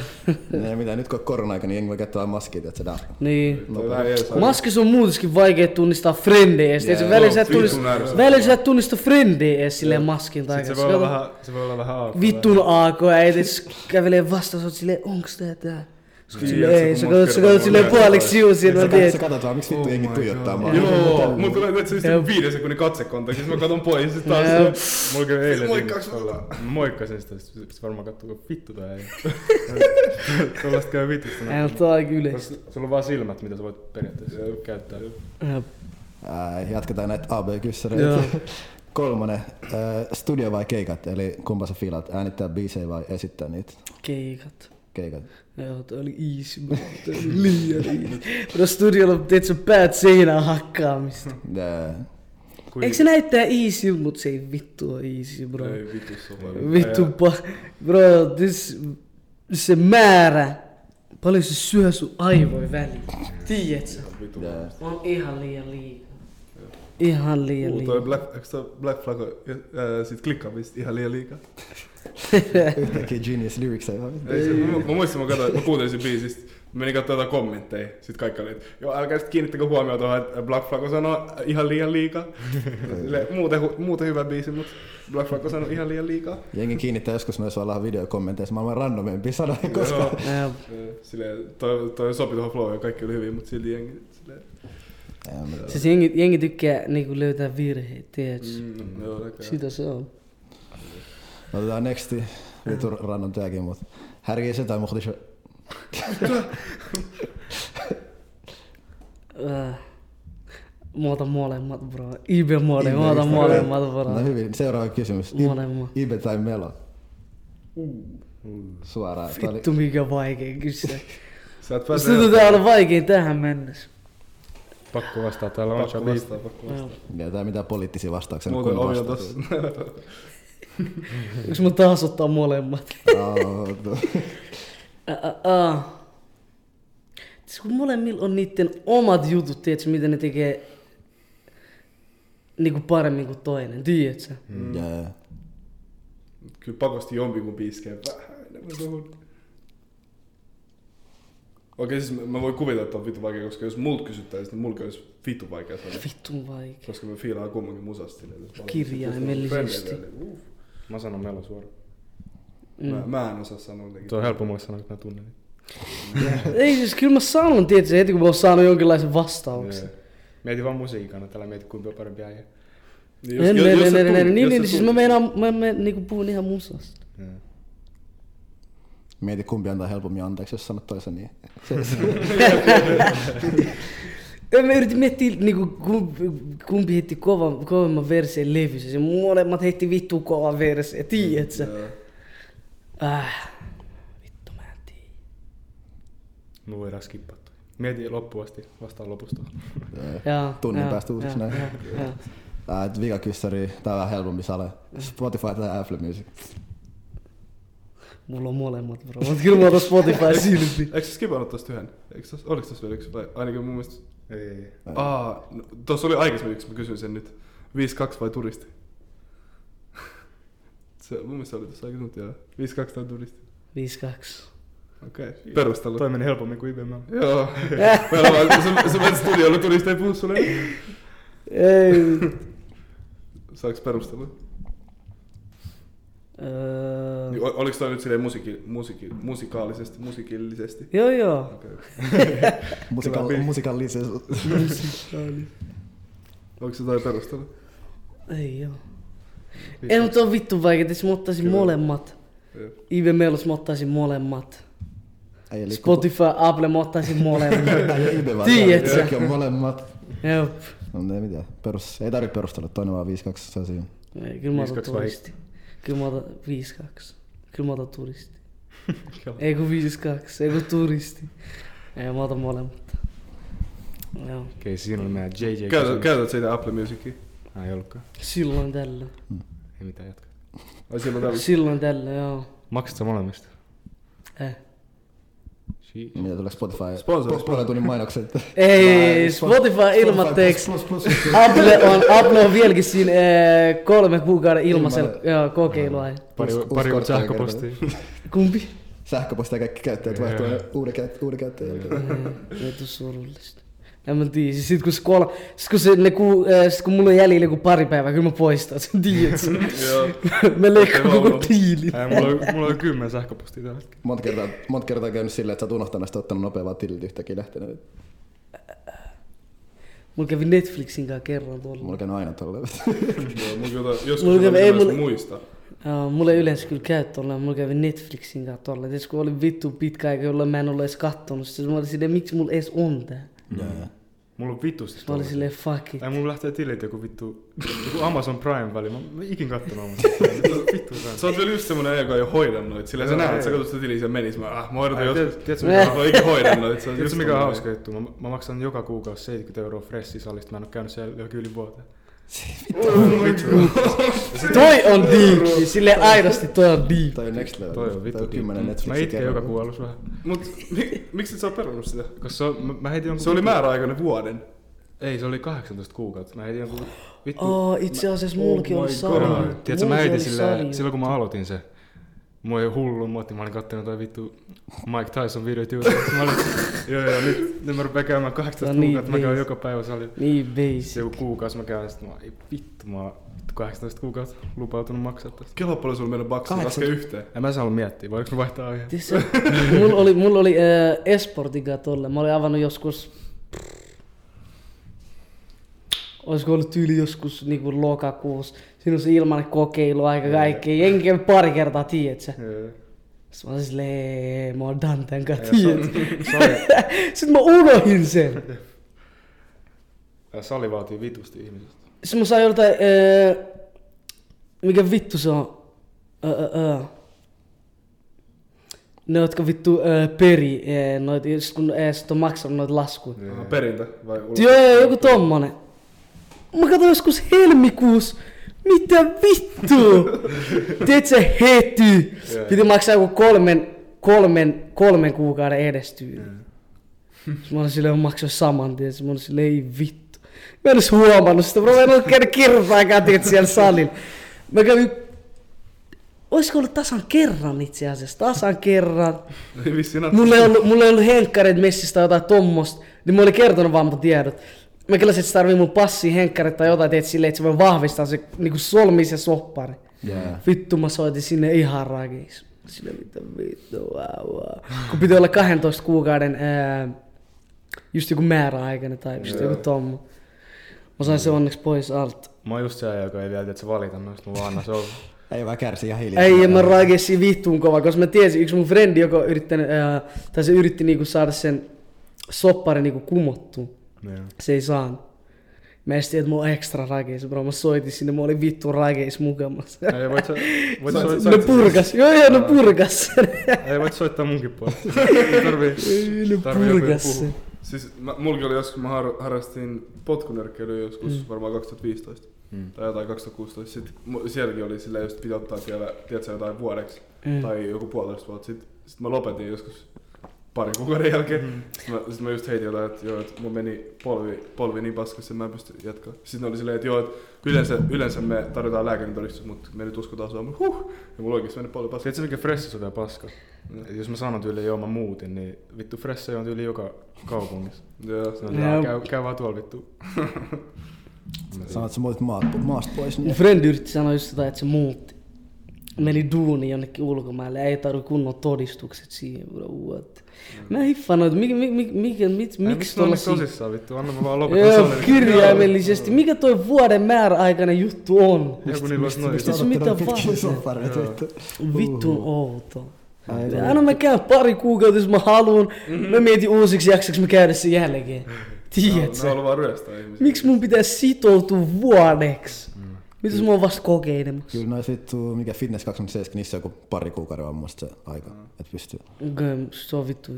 C: Ei mitään, nyt kun on korona-aika, niin jengi voi käyttää vaan maskia, että se daa.
F: Niin.
D: Toi vähän jees.
F: Maskis on muutenkin vaikea tunnistaa frendejä ees. tiedät sä,
C: Joo,
F: Välillä sä et
D: vitun
F: tunnista,
D: ärsyttävää.
F: välillä sä et tunnista frendejä ees silleen maskin
B: Sitten
F: takaisin.
B: se voi olla vähän, se voi olla vähän aukko.
F: Vittun aako, äiti s- kävelee vastaan, sä oot silleen, onks tää tää? Sä oot
D: Niin,
F: silleen,
D: et sä
F: ei,
D: kun
F: sä
D: monta
F: katsot, sä
D: kertaa
F: katsot
D: mulla
F: silleen
D: näin
F: puoliksi sivuun siinä, mä
C: Sä
F: tiedät.
C: katsot vaan, miksi vittu jengi tuijottaa maa.
D: Joo, mun tulee tietysti sitten viiden sekunnin katsekontakti, siis mä katon pois, sit taas
F: Jep.
B: Mulla kävi eilen
D: Moikkaaks
B: viimeksi tuolla. Mä Moikkasin sitä, sit sit varmaan katsoo, kun vittu tää ei. Tuollaista käy vitusta.
F: Hän on tää yleistä.
B: Koska Sulla on vaan silmät, mitä sä voit periaatteessa käyttää.
C: Äh, jatketaan näitä
F: Joo.
C: AB-kyssäreitä. Kolmonen, äh, studio vai keikat, eli kumpa sä fiilat, äänittää biisejä vai esittää niitä
F: Keikat.
C: keikat?
F: Joo, toi oli easy, bro. Toi oli liian easy. Bro, studiolla teet sä päät seinään hakkaamista.
C: Äh,
B: Kui-
F: Eikö se näyttää easy, mut se ei vittu oo easy, bro.
D: Ei vittu sopari.
F: Vittu pa... Bro, this... Se määrä. Paljon se syö sun aivoja väliin. Tiedät sä?
D: Vittu.
C: äh,
F: Mä oon ihan liian liikaa. Ihan liian
D: Uu, toi
F: liikaa.
D: Black, eikö toi Black Flag on, ää, sit klikkaamista ihan liian liikaa?
C: yhtäkkiä Genius Lyrics ei vaan.
D: Ei, se, mä, mä muistan, mä, katsoin, mä kuuntelin sen biisistä, menin katsomaan jotain kommentteja, sit kaikki oli, että joo älkää sit kiinnittäkö huomioon tuohon, että Black Flag on sanonut ihan liian liikaa. Sille, muuten, hu- muuten hyvä biisi, mut Black Flag on sanonut ihan liian liikaa.
C: Jengi kiinnittää joskus noissa ollaan videokommenteissa maailman randomempi sanoja, koska
D: Joo.
F: Ää,
D: Silleen, toi, toi sopi tuohon flowon ja kaikki oli hyvin, mut silti jengi, silleen,
C: Ei, mutta
F: Siis jengi, jengi tykkää niinku löytää virheitä, tiedätkö?
D: mm, joo näköjään.
F: Sitä se on.
C: Otetaan nexti, vitu rannon tääkin, mutta härkii se tai muhti se.
F: Äh. Mä otan molemmat, bro. Ibe molemmat, mä otan molemmat, bro.
C: No hyvin, seuraava kysymys. I-
F: Molemmat.
C: Ibe tai Melo? Suoraan. Tää oli-
F: Vittu mikä vaikea kysyä.
D: Sä et
F: Musta
D: pääse
F: tuntuu tää olla vaikein tähän mennessä.
B: Pakko vastaa, täällä on
D: Pakko
B: Chabi.
D: vastaa, pakko vastaa.
F: Joo.
C: Ei tää mitään poliittisia vastauksia.
D: Muuten
C: kun
D: ovi on
C: vastaat.
D: tossa.
F: Onks mä taas ottaa molemmat?
C: Aa, tu-
F: Ä, ä, ä. Siis kun molemmilla on niiden omat jutut, tiedätkö, miten ne tekee niinku paremmin kuin toinen, tiedätkö?
D: Mm.
C: Jää.
D: Kyllä pakosti jompi kun piiskee vähän enemmän tuohon. Okei, siis mä- mä voin kuvitella, että on vitu vaikea, koska jos multa kysyttäisiin, niin mulki olisi vitu vaikea sanoa.
F: Vittu vaikea.
D: Koska mä fiilaan kummankin musasta silleen. että-
F: Kirjaimellisesti. Mm.
D: Uh,
B: Mä sanon Melo suoraan.
D: Mä, mä en osaa sanoa jotenkin.
B: Se on helppo mulle sanoa, kun mä tunnen. niitä.
F: Ei siis, kyllä mä sanon, tiedätkö, heti kun mä oon saanut jonkinlaisen vastauksen.
B: Jee. Mieti vaan musiikana, tällä mieti kumpi on parempi äijä.
D: Niin,
F: En, en, en, en,
D: sä
F: en, en,
D: tunnet-
F: niin,
D: jos sä
F: niin, siis mä
D: tunnet-
F: meinaan, mä, mä niinku puhun ihan musasta.
B: Jee.
C: Mieti kumpi antaa helpommin anteeksi, jos sanot toisen niin.
F: En mä yritin miettiä niinku kumpi, kumpi heitti kovan, kovemman verseen levyssä. Se molemmat heitti vittu kovan verseen, tiedätkö?
D: Joo.
F: Äh, vittu mä en tiedä.
B: Mulla ei edes kippattu. Mieti loppuun asti, vastaa lopusta.
C: Jää.
F: Jaa,
C: Tunnin
F: jaa,
C: päästä uusiksi
F: jaa,
C: näin.
F: jaa, jaa.
C: Tää et vika kyssäri, tää on vähän helpompi sale. Spotify tai Apple Music.
F: Mulla on molemmat bro, mut kyllä mä otan Spotify silti.
D: Eikö sä skipannut tosta yhden? Eikö tos, oliko tossa vielä yksi vai ainakin mun mielestä?
B: Ei.
D: Aa, no, tossa oli aikaisemmin yksi, mä kysyin sen nyt. 5-2 vai turisti? se, mun mielestä se oli tossa aikaisemmin, joo. 5-2 tai turisti.
F: 5-2.
D: Okei, okay. perustelu.
B: Toi meni helpommin kuin IBM.
D: Joo. Meillä on vaan, sä, sä menet studiolle, turisti ei puhu sulle.
F: Ei.
D: Saaks perustelu?
F: Mm. Öö,
D: Niin, o- oliks toi nyt silleen musiiki, musiiki, musikaalisesti, musiikillisesti?
F: Joo joo.
D: Okei.
C: Musikal,
D: Kyllä.
C: musikallisuus.
D: Onko se toi perustelu?
F: Ei joo. Ei, mutta on vittu vaikea, jos mä ottaisin
D: Kyllä.
F: molemmat.
D: Jep.
F: Ive Melus mä ottaisin molemmat.
C: Äijä liikkuu-
F: Spotify, Apple mä ottaisin molemmat.
C: Äijä ibe vaan.
F: Tiedät sä.
C: Kaikki on molemmat.
F: Jep.
C: No ei mitään. Perus, ei tarvitse perustella, toinen vaan 5-2 saa siinä.
F: Ei, kyllä mä
B: 5-2
F: otan
B: vai?
F: turisti. Kyllä mä otan 5-2. Kyllä mä otan turisti. ei kun 5-2, ei kun turisti. Ei, mä otan molemmat. Joo,
B: Okei, siis siinä oli meidän JJ.
D: Käytät,
B: kysymys.
D: käytät siitä Apple Musicia?
B: Ah, ei ollutkaan.
F: silloin tällöin.
B: Ei mitään jatkaa.
D: Ai silloin tällä.
F: Silloin tällöin, joo.
B: Maksatko molemmista?
F: Eh.
B: She...
C: Mitä tulee Spotify?
D: Sponsori,
C: Pu- Puolen tunnin mainokset.
F: Ei,
C: Spon-
F: Spotify ilmatteeksi.
C: plus, plus, plus, plus.
F: Apple on, Apple on vieläkin siinä eh, kolme kuukauden ilmaisella
C: Ilmanen.
F: joo, kokeilua.
B: Pari,
C: Usko-
B: pari
C: uskoa,
B: uutta
C: että
B: sähköpostia.
F: Kumpi?
C: Sähköpostia kaikki käyttäjät vaihtuu aina uuden, käyt, uuden käyttäjän jälkeen.
F: Vittu surullista. En mä tiedä, siis sit kun se kolme, sit kun, se, ne ku, eh, sit kun mulla on jäljellä joku pari päivää, kyllä mä poistan sen, tiedät sä.
D: Joo.
F: Mä leikkaan
D: Ei vaan
F: koko
D: ollut.
F: tiilin.
B: Ei, mulla, on, mulla on kymmen sähköpostia tällä hetkellä.
C: Monta kertaa, monta kertaa käynyt silleen, että sä oot unohtanut, että ottanut nopeaa tilit yhtäkkiä lähtenyt.
F: Mulla kävi Netflixin kanssa kerran tuolla.
C: Mulla on käynyt aina tolleen.
D: Joo, mun kyllä joskus
F: Mulla
D: mulla
F: kävi- ei
D: ei
F: mulla-
D: muista.
F: Joo, Äh, mulla ei yleensä kyllä käy tuolla, mulla kävi Netflixin kanssa tuolla. Tietysti kun oli vittu pitkä aika, jolloin mä en ollut edes kattonut. Sitten mä olin silleen, miksi mulla edes on tää?
B: Mulla on vitusti
F: Mä olin
B: tollasia.
F: silleen, fuck it.
B: Ei, mulla lähtee tilit joku vittu, joku Amazon Prime väli. Mä, mä en ikin kattonut Amazon Prime. Vittu
D: Sä oot vielä just semmonen äijä, joka ei hoida noit. Sillä sä
B: Joo,
D: näet,
B: ei.
D: sä katsot sitä tiliä, se menis. Mä, ah, mä hoidan
B: Ai,
D: joskus.
B: tiedät- tiedätkö,
D: Mä
F: mikä-
D: en ole ikinä hoidan noit. Se on
B: Tiedätkö
D: just
B: mikä on
D: tommonen.
B: hauska juttu? Mä, mä maksan joka kuukausi 70 euroa Fressisalista. Mä en oo käynyt siellä jo yli vuoteen.
F: Toi on deep. Sille aidosti toi on deep.
C: Toi on next level.
B: Toi on vittu.
C: Toi on kymmenen
B: kiva.
C: Netflixin
B: Mä itken
C: kerralla.
B: joka kuolus vähän.
D: Mut mi- miksi et sä oo perunut sitä?
B: Koska se, on, mä, mä heitin jonkun...
D: Se oli
B: vitun-
D: määräaikainen vuoden.
B: Ei, se oli 18 kuukautta. Mä heitin jonkun vittu...
F: Oh, itse asiassa mullakin
D: Oh
F: on
D: my
F: sarja.
D: God.
B: Joo,
F: juttu.
B: Tiedätkö, mä
F: Mullakin
B: heitin
F: oli
B: sillä,
F: sarja.
B: silloin kun mä aloitin se. Mua ei hullu muotti, mä olin kattonut jotain vittu Mike Tyson videoita YouTubessa. Mä olin, joo joo, nyt, nyt mä rupean käymään 18
F: No niin,
B: kuukautta, mä käyn
F: please.
B: joka päivä salilla.
F: Niin
B: Se
F: basic.
B: joku kuukausi mä käyn, sit mä oon, ei vittu, mä oon vittu 18 kuukautta lupautunut maksaa tästä.
D: Kela paljon sulla mennyt baksiin,
B: Kahdeksan-
D: laske yhteen.
B: En mä saanut miettiä, voiko mä vaihtaa aiheen?
F: Tiedätkö, mulla Siis, oli, mulla oli äh, Esportiga tolle. Mä olin avannut joskus... Olisiko ollut tyyli joskus niinku lokakuussa. Siinä on se ilmanen kokeilu aika kaikki. Jenki kävi pari kertaa, tiedät sä.
B: Joo.
F: Sitten mä olin silleen, mä oon done tän kanssa,
B: Ja
F: tiedät sä. Sitten mä unohin sen.
B: Ja Sali vaatii vitusti ihmisestä.
F: Sitten mä sain joltain, öö, mikä vittu se on? Öö, öö, öö. Ne, jotka vittu öö, peri, öö, noit, just kun öö, sit on maksanut noita laskuja.
D: Aha, Perintä vai ulos?
F: Joo, joo, joku tommonen. Mä katsoin joskus helmikuussa. Mitä vittu? Tiedätkö, heti piti maksaa joku kolmen, kolmen, kolmen kuukauden edestyyli. Sitten Mä olin silleen, mä maksoin saman tien. Sitten Mä olin silleen, ei vittu. Mä en edes huomannut sitä. Mä en ollut käynyt kirpaakaan, tiedätkö, siellä salilla. Mä kävin... Olisiko ollut tasan kerran itse asiassa? Tasan kerran.
D: Ei vissiin oo.
F: Mulla ei ollut, mulla ei ollut henkkareita messissä tai jotain tommosta, niin mä olin kertonut vaan mun tiedot. Mä kyllä se tarvii mun passi, henkkarit tai jotain, teet silleen, että se voi vahvistaa se niinku solmis ja soppari.
C: Jää.
F: Vittu mä soitin sinne ihan rakeis. Sille mitä vittu, wow, wow. Kun piti olla 12 kuukauden ää, just joku määräaikainen tai just joku tommo. Mä sain se onneksi pois alta.
B: Mä oon just se ajan, joka ei vielä tiedä, että se valita noista, mä vaan annan se olla.
C: Ei vaan kärsi ihan hiljaa.
F: Ei, ja mä rakesin vittuun kova, koska mä tiesin, yksi mun frendi, joka on yrittänyt, ää, tai se yritti niinku saada sen soppari niinku kumottua.
B: Joo.
F: Se ei saanut. Mä en tiedä, että mä oon ekstra rakeis, bro. Mä soitin sinne, mä olin vittu rakeis mukamassa.
B: Ei, voit sä, voit siis- sä, voit sä,
F: Ne purkas, joo joo, ne purkas sen.
B: ei, voit soittaa munkin puolesta. Ei tarvii,
F: Ne
B: tarvii joku
F: purkas
B: puhua.
F: sen.
D: Siis mä, mulki oli joskus, mä har, harrastin potkunyrkkeilyä joskus mm. varmaan 2015
B: Mm.
D: mm. tai jotain 2016. Sitten mu- sielläkin oli silleen, just piti ottaa siellä, tiedätkö, jotain vuodeksi
F: Mm.
D: mm. tai joku puolitoista vuotta. Sitten sit mä lopetin joskus parin kuukauden jälkeen. Mm. Sitten mä, sit mä just heitin jotain, että joo, että mun meni polvi, polvi niin paskassa, että mä en pysty jatkaa. Sitten ne oli silleen, että joo, että yleensä, yleensä me tarjotaan lääkärintodistus, mutta me nyt uskotaan sua. Mut Huh! Ja mulla oikeesti meni polvi paskassa.
B: Tiedätkö mikä Fressa on vielä paska? Et Jos mä sanon tyyli, joo mä muutin, niin vittu Fressa on tyyli joka kaupungissa.
D: Joo.
B: Se on,
F: Joo.
B: käy, käy vaan tuolla vittu. Mä tiedän.
C: Sanoit, että sä muutit maat, maasta pois.
F: Mun
C: Niin.
F: frendi yritti sanoa just sitä, että se muutti. meni duuni jonnekin ulkomaille, ei tarvi kunnon todistukset siihen, bro, what?
B: Mm.
F: Mä hiffaan noita, mikä, mikä, mikä, mikä, mit,
B: Ai,
F: miksi
B: ne on niin
F: tollasia-
B: tosissaan vittu, anna mä vaan lopetan
F: Joo,
B: saleriksi.
F: kirjaimellisesti. Mikä toi vuoden määräaikainen juttu on?
B: Joo, kun niillä olisi noin.
F: mistä- mitä vaan.
C: sopareita. vittu.
F: Vittu on outo.
C: Ai,
F: Aina mä käyn pari kuukautta, jos mä haluun.
B: Mhm.
F: Mä mietin uusiksi jaksoksi mä käydä sen jälkeen.
B: Ne
F: Tiedät
B: Mhm. on- Ne
F: sä?
B: haluaa ryöstää ihmisiä.
F: Miksi mun pitää sitoutua vuodeksi?
B: Mm.
F: Mitä jos mä oon vasta kokeilemassa?
C: Kyllä noissa vittu, mikä Fitness 27, niissä on joku pari kuukauden on musta se aika,
D: Mm.
C: että pystyy.
F: Okei, se on vittu.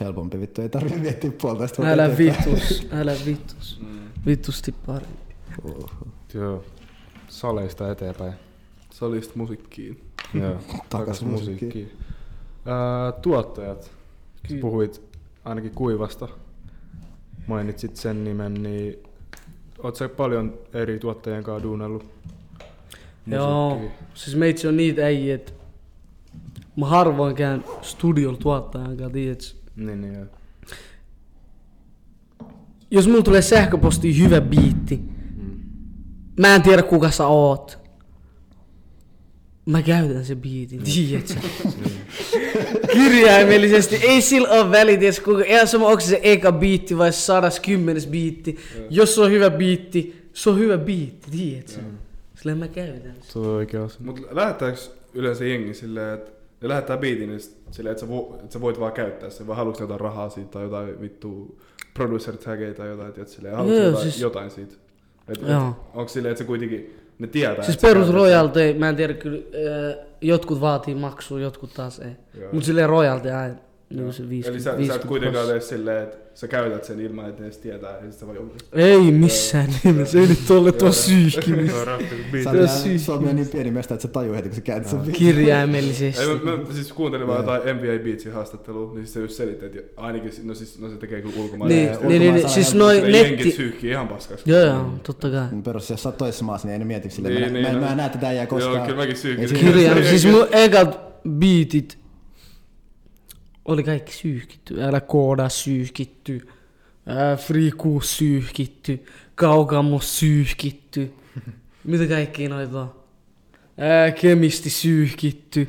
C: Helpompi vittu, ei tarvitse miettiä puolitoista vuotta
F: Älä
C: eteenpäin.
F: vitus, älä vitus.
B: Mm.
F: Vitusti pari.
C: Uhuh.
B: Joo. Saleista eteenpäin.
D: Salista musiikkiin.
B: Joo.
C: Takas musiikkiin.
B: Ää, tuottajat. Sä
F: Kyllä.
B: puhuit ainakin Kuivasta. Mainitsit sen nimen, niin oot sä paljon eri tuottajien kanssa duunellut? No
F: Joo,
B: musiikkia?
F: siis meitsi on niitä äijä, että mä harvoin käyn studiolla tuottajan kanssa, tiedätkö?
B: Niin, niin joo.
F: Jos mulla tulee sähköposti hyvä biitti,
D: Mm.
F: mä en tiedä kuka sä oot. Mä käytän sen biitin,
D: Niin.
F: tiedätkö? Kirjaimellisesti, ei sillä ole väliä, tiedätkö, kuinka, ei ole sama, onko se se eka biitti vai sadas kymmenes biitti. Jos se on hyvä biitti, se on hyvä biitti, tiedätkö? Sillä mä käytän sitä.
B: Se on oikea asia.
D: Mut lähettääks yleensä jengi silleen, että ne lähettää biitin niin sit silleen, että sä, vo, et sä voit vaan käyttää sen, vai haluatko ne jotain rahaa siitä tai jotain vittu producer tageja tai jotain, tiedät silleen, haluatko
F: Joo,
D: jotain,
F: siis-
D: jotain siitä? Et, et,
F: Joo.
D: onko silleen, että se kuitenkin, ne tietää.
F: Siis
D: et sä
F: perus
D: käytät
F: royalty, mä en tiedä kyllä, äh, jotkut vaatii maksua, jotkut taas ei.
D: Joo.
F: Mut silleen royalty aina,
D: Joo.
F: niin se 50
D: Eli sä, sä et
F: 50
D: kuitenkaan
F: prosenttia.
D: tee silleen, että sä käytät sen ilman, että ne edes tietää. Ja sit sä vaan julkaisee.
F: Ei missään nimessä, ei nyt ole tuo
B: Se
F: syyhkimistä.
B: on räppi
C: Sä
B: biitti.
C: oot vielä-
F: Siis-
C: Sä oot vielä niin pieni mesta, että sä tajuu heti, kun sä käännät sen biisin.
F: Kirjaimellisesti.
D: Ei, mä, mä, siis kuuntelin vaan jotain NBA Beatsin haastattelua, niin siis se just selitti, että ainakin, si- no siis no se tekee kyllä ulkomailla.
F: Niin,
D: Ja
F: niin, niin, niin,
C: ulkomailla
F: siis
C: saa
F: noin
D: Silleen Jenkit Mm.
F: netti...
D: syyhkii ihan paskaksi.
F: Joo joo, totta kai.
C: Mun Perus, jos sä oot toisessa maassa, niin ei ne mieti silleen.
D: Niin,
C: mä,
D: niin,
C: mä,
D: no.
C: mä en näe tätä äijää
D: Joo,
C: koskaan.
D: kyllä mäkin syykin.
C: Ei siinä-
F: Kirjaimellisesti, siis mun ekat biitit oli kaikki syyhkitty. Älä kooda syyhkitty. Ää, Friikuus syyhkitty. Kaukamos syyhkitty. Mitä kaikki noita on? Ää, kemisti syyhkitty.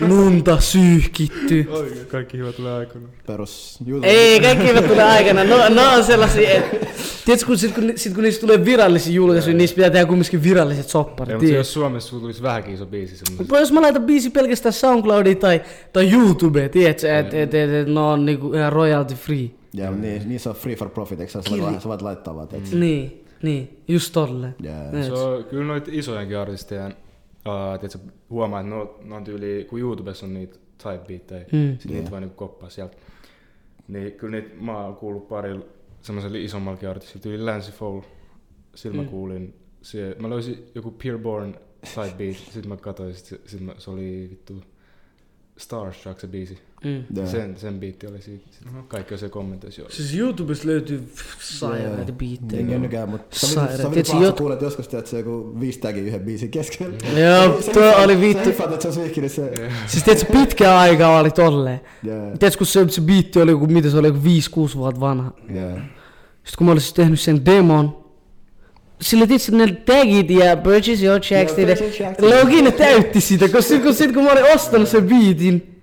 F: Lunta syyhkitty.
B: Kaikki hyvä tulee aikana.
C: Perus YouTube.
F: Ei, kaikki eivät tule aikana. No, no on sellaisia, että... Tiedätkö, kun, sit, kun, ni- sit, kun niistä tulee virallisia julkaisuja, niistä pitää tehdä kumminkin viralliset sopparit.
B: mutta
F: tiedätkö?
B: jos Suomessa sulla tulisi vähänkin iso biisi semmoisesta.
F: Bro, jos mä laitan biisi pelkästään SoundCloudiin tai, tai YouTubeen, tiedätkö, että et, et, et, no on niinku ihan royalty free.
C: Ja niin, niin se on free for profit, eikö sä sä voit,
F: Kirja-
C: vaan- sä voit laittaa vaan, teet.
F: Niin, niin, just tolle.
C: Yeah.
F: Niin.
B: Se on kyllä noita isojenkin artisteja. Uh, tiedätkö, huomaa, että ne on, ne on tyyli, kun YouTubessa on niitä type-biittejä, mm. sitten niitä vaan niinku koppaa sieltä. Niin kyllä niitä mä oon kuullut parilla semmoiselle isommallekin artistille, tyyli Lance Fowl. Sillä mä
F: Mm.
B: kuulin. Se, mä löysin joku Peerborn type-beat, sitten mä katsoin, sit, sit mä, se oli vittu Starstruck se biisi.
F: Mm.
C: Yeah.
B: Sen, sen biitti oli siitä. Sit kaikki on se kommentoissa. joo.
F: Siis YouTubesta löytyy pff, sairaita
C: Ei
F: biittejä.
C: kenenkään, mutta sä
F: Sairaat.
C: vittu- sä
F: Tiedätkö,
C: vittu vaan
F: jot-
C: sä kuulet joskus, että se joku viisi tagia yhden biisin keskellä.
F: Joo,
C: Se- se
F: tuo
C: hiffaat-
F: oli
C: sä
F: vittu.
C: hiffaat, että se on sihkinen se.
F: Siis tiedätkö, pitkä aika oli tolleen.
C: Yeah,
F: Tiedätkö, kun se, se biitti oli joku, mitä se oli, joku 5-6 vuotta vanha.
C: yeah.
F: Sitten kun mä olisin tehnyt sen demon, sillä tietysti ne tagit ja purchase your checks,
C: Joo,
F: niitä,
C: No, purchase your checks.
F: Logi ne täytti sitä, kun sit kun, sit, kun mä olin ostanut sen biitin,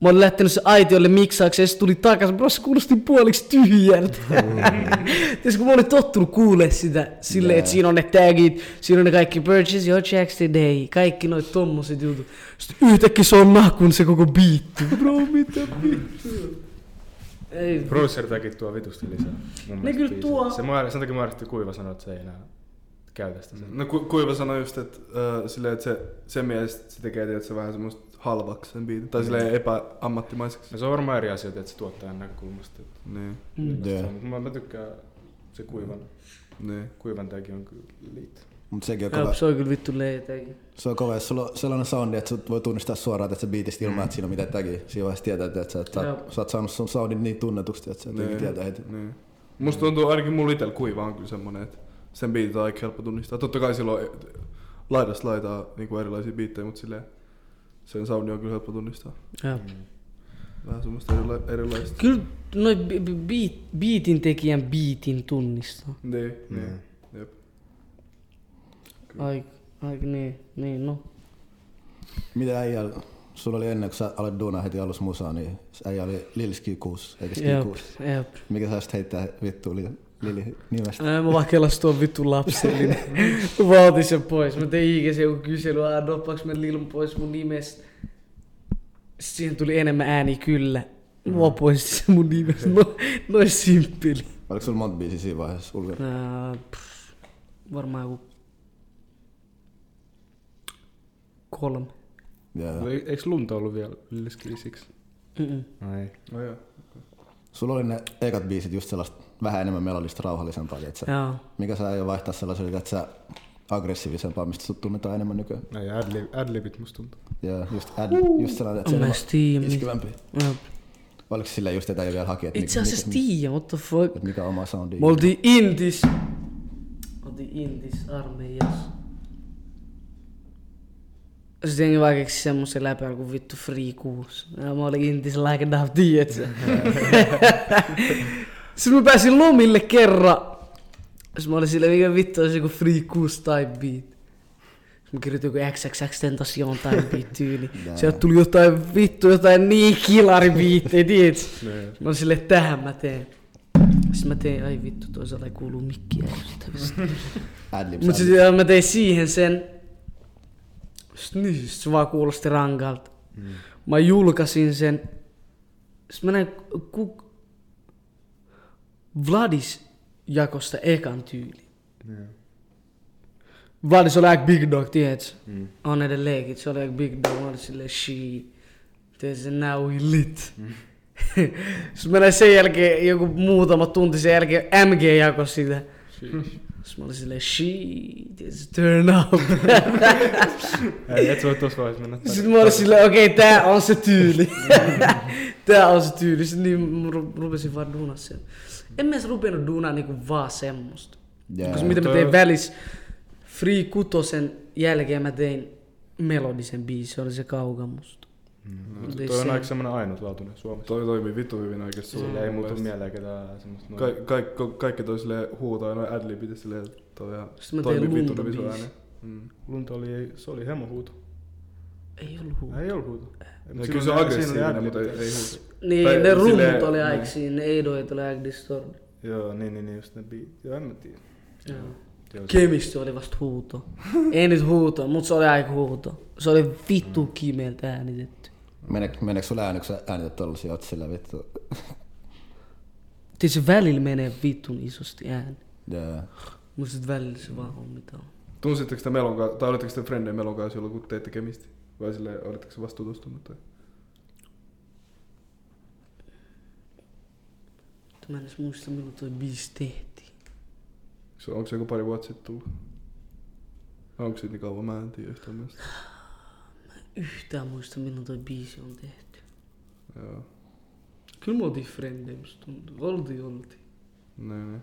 F: mä olin lähtenyt se aitiolle miksaaksi ja se tuli takas, bro se kuulosti puoliksi tyhjältä.
C: Mm.
F: Tietysti kun mä olin tottunut kuulee sitä silleen,
C: Jaa.
F: että siinä on ne tagit, siinä on ne kaikki purchase your checks today, kaikki noit tommoset jutut. Sitten yhtäkkiä se on nahkun se koko biitti. Bro, mitä vittu? Ei
B: Producer tagit tuo vitusti lisää. mun mielestä
F: kyllä
B: biisiin.
F: tuo.
B: Se mä, sen takia mä ärsytin kuiva sanoa, että se ei enää käytä sitä. sen.
D: No ku, Kuiva sanoi just, että uh, silleen, että se, sen mielestä se tekee tietysti vähän semmoista halvaksi sen biitin,
C: Niin.
D: tai silleen epäammattimaiseksi.
B: No se on varmaan eri asioita, että se tuottajan näkökulmasta. että
D: Niin,
B: millaista
C: Joo.
B: se on. Mut Mä, mä tykkään se kuivan.
D: niin.
B: Kuivan tagi on kyllä liit.
C: Mut sekin on
F: Joo,
C: kova.
F: se on kyllä vittu leitäkin.
C: Se on kova, jos sulla on sellainen soundi, että sut voi tunnistaa suoraan että se biitistä ilman, että siinä on mitään tagia. Siinä vaiheessa tietää, että sä, että sä,
F: Joo.
C: oot- sä oot saanut sun soundin niin tunnetuksi, että sä
D: Niin.
C: et tietää heti.
D: Niin. Musta tuntuu ainakin mulla itellä kuiva on kyllä semmonen, että sen biitit on aika helppo tunnistaa. Totta kai silloin e, laidasta laitaa niinku erilaisia biittejä, mutta silleen sen soundi on kyllä helppo tunnistaa.
F: Joo.
D: Vähän semmoista erila- erilaista.
F: Kyllä noin no, bi- bi- bi- biitin tekijän biitin tunnistaa.
D: Niin, niin. Jep.
F: Ai, ai niin, niin no.
C: Mitä äijällä? Sulla oli ennen, kun sä aloit duunaa heti alussa musaa, niin se äijä oli Lil Ski 6, eikä Ski
F: Jep,
C: 6.
F: jep.
C: Mikä sä sit heittää vittu Lil, Lili nimestä?
F: Ää, Mä vaikella tuon vittu lapsellinen. mä otin sen pois. Mä tein ikäisen joku kysely, aah doppaaks mä Lilun pois mun nimestä. Siihen tuli enemmän ääni kyllä. Mua pois sen mun nimestä. No, noin simppeli.
C: Oliko sulla monta biisiä siinä vaiheessa? Sulla
F: Ää, pff, varmaan joku kolme.
C: ja,
B: No, e- Eikö lunta ollut vielä liskiisiksi?
F: Mm-mm.
B: Ai.
D: No joo.
C: Sulla oli ne ekat biisit just sellaista vähän enemmän melodista, rauhallisempaa, tietsä?
F: Joo.
C: Mikä sä äijä vaihtaa sellaiselle, että sä aggressiivisempaa, mistä sut tunnetaan enemmän nykyään?
B: Ai, adlib, No adlibit musta tuntuu.
C: Ja just, ad, just sellainen, että se
F: En mä
C: on
F: edes tiiä, mi-
C: iskevämpi.
F: Jep.
C: Oliko sillä just jotain vielä hakea, että
F: Itse
C: mikä,
F: asiassa
C: mikä,
F: tiiä, what the fuck.
C: että mikä on oma soundi?
F: Me oltiin Intis. Oltiin Intis armeijassa. Sitten jengi vaan keksi semmosen läpän kuin vittu Free 6. Ja mä olin Intis like now, tiedätkö? Sitten mä pääsin lomille kerran. Sitten mä olin silleen, mikä vittu olisi joku Free 6 type beat. Sitten Mä kirjoitin joku XXX Tentacion type beat tyyli. Sieltä tuli jotain vittu, jotain niin kilaribiittejä, tiedätkö?
B: Ne.
F: Mä oon silleen, että tähän mä teen. Sitten mä tein, ai vittu, toisaalta ei kuulu mikkiä.
C: Adlibs,
F: Mut
C: adlibs.
F: sitten mä tein siihen sen. Sitten niin, sit se vaan kuulosti rankalta. Mä julkaisin sen. Sitten mä näin, ku... Vladis jakosta ekan tyyli. Vladis oli aika big dog, tiedätkö? On edelleenkin, se oli aika big dog. Mä olin silleen, she... Tiedätkö, now we lit. Sitten mä näin sen jälkeen, joku muutama tunti sen jälkeen, MG jakoi sitä. Sitten mä olin silleen, shit, it's turn up.
B: Ei, et sä voi tossa vaiheessa mennä
F: Sitten mä olin silleen, okei, okay, tää on se tyyli. tää on se tyyli. Sitten niin mä ru- rupesin vaan duunaa sen. En mä edes rupenut duunaa niinku vaan semmoista.
C: Jaa.
F: Koska mitä mä
B: Toi-
F: tein välis, Free Kutosen jälkeen mä tein melodisen biisin, se oli se kaukamusta.
B: Mut Toi on aika semmonen ainutlaatuinen Suomessa.
D: Toi toimii vittu hyvin oikeesti.
B: Sillä ei muutu mieleen ketään semmoista noin.
D: Ka- ka- ka- kaikki toi silleen huutaa noin adlibit silleen, toi ihan
F: Sitten mä tein
D: toimii vittu
F: lunta
D: hyvin
F: biisi.
D: ääni. Mm.
B: Lunta oli, se oli hemohuuto.
F: Ei ollut huuta.
B: Ei ollut huuto.
D: Ja kyllä se on aggressiivinen, mutta ei, ei huuta.
F: Niin,
D: Tai
F: ne rummut
D: silleen-
F: oli
D: niin.
F: aika siinä, ne eidoit oli aika distorted.
B: Joo, niin, niin, niin, just ne biit. Joo, en mä tiedä.
F: Joo.
B: Joo, se-
F: Kemisti oli vasta huuto. Ei nyt huuto, mutta se oli aika huuto. Se oli vittu kimeltä äänitetty.
C: Meneekö meneekö sulla ääni, kun sä äänität tollasia, oot sillä vittu?
F: Tietysti välillä menee vittun isosti ääni.
C: Jaa.
F: Mutta sitten välillä se vaan on mitä on.
D: Tunsitteko te Melon kanssa, tai olitteko te frendejä Melon kanssa silloin, kun teitte kemisti? Vai silleen, olitteko se vasta tutustunut? Tai?
F: Mutta Mä en edes muista milloin toi biisi tehtiin.
D: Se, onko se joku pari vuotta sitten tullut? Onko siitä niin kauan? Mä en tiedä yhtään mistä.
F: Yhtään muista milloin toi biisi on tehty.
D: Joo.
F: Kyllä me oltiin frendejä, musta tuntuu. Oltiin, oltiin.
D: Niin, niin.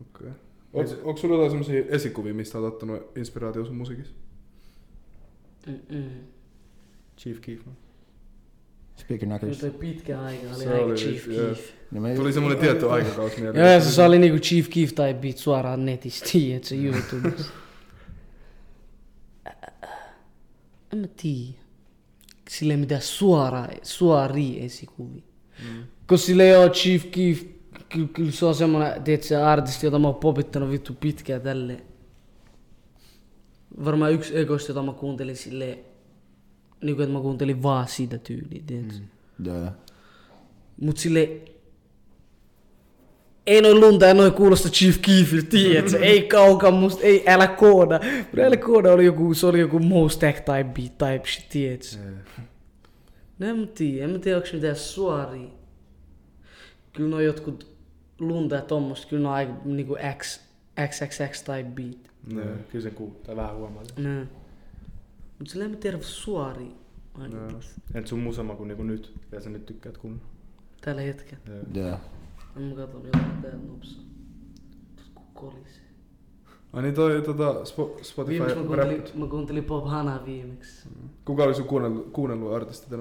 D: Okei. Okay. Onko sulla jotain semmoisia esikuvia, mistä olet ottanut inspiraatio sun musiikissa?
F: Mm-mm.
B: Chief Keef.
C: Speaking
F: Kyllä
C: Nuggets.
F: toi pitkä aika oli
D: Se
F: aika
D: oli-
F: Chief
D: joo.
F: Keef.
C: Niin me-
D: Tuli semmoinen tietty aikakaus mieleen.
F: Joo, ja se, se oli niinku Chief Keef tai beat suoraan netistä, tiedät se YouTubessa. en mä tiedä. Sille ei mitään suoraa, suoria esikuvia. Mm. Kun sille joo Chief Keef, kyllä, kyllä se on semmonen, tiedät se artisti, jota mä oon popittanut vittu pitkään tälleen. Varmaan yksi ekoista, jota mä kuuntelin silleen, niinku että mä kuuntelin vaan sitä tyyliä, tiedät mm.
C: Jaa.
F: Mut sille ei noin lunta ja noin kuulosta Chief Keefiltä, tiedätkö? ei kaukaa musta, ei älä kooda. Mut älä kooda oli joku, se oli joku Mos Tech type beat type shit, tiedätkö? No en mä tiedä, en mä tiedä onks mitään suoria. Kyllä noi jotkut lunta ja tommoset, kyllä ne on aika niinku X, XXX type beat.
B: Joo, kyllä sen kuuluu. Tai vähän huomaa.
F: No. Mut sillä en mä tiedä suoria. Ainakaan.
B: Et sun musama kuin niinku nyt. Ja sä nyt tykkäät kun.
F: Tällä hetkellä.
B: Joo.
C: Jaa.
F: Mä katson jotain täällä nopsaa. Kun kolisee.
D: Ai niin toi tota, Spo- Spotify
F: Viimeksi mä kuuntelin,
D: rap.
F: mä kuuntelin Bob Hanaa viimeksi.
D: Kuka oli sun kuunnellut, kuunnellut artisti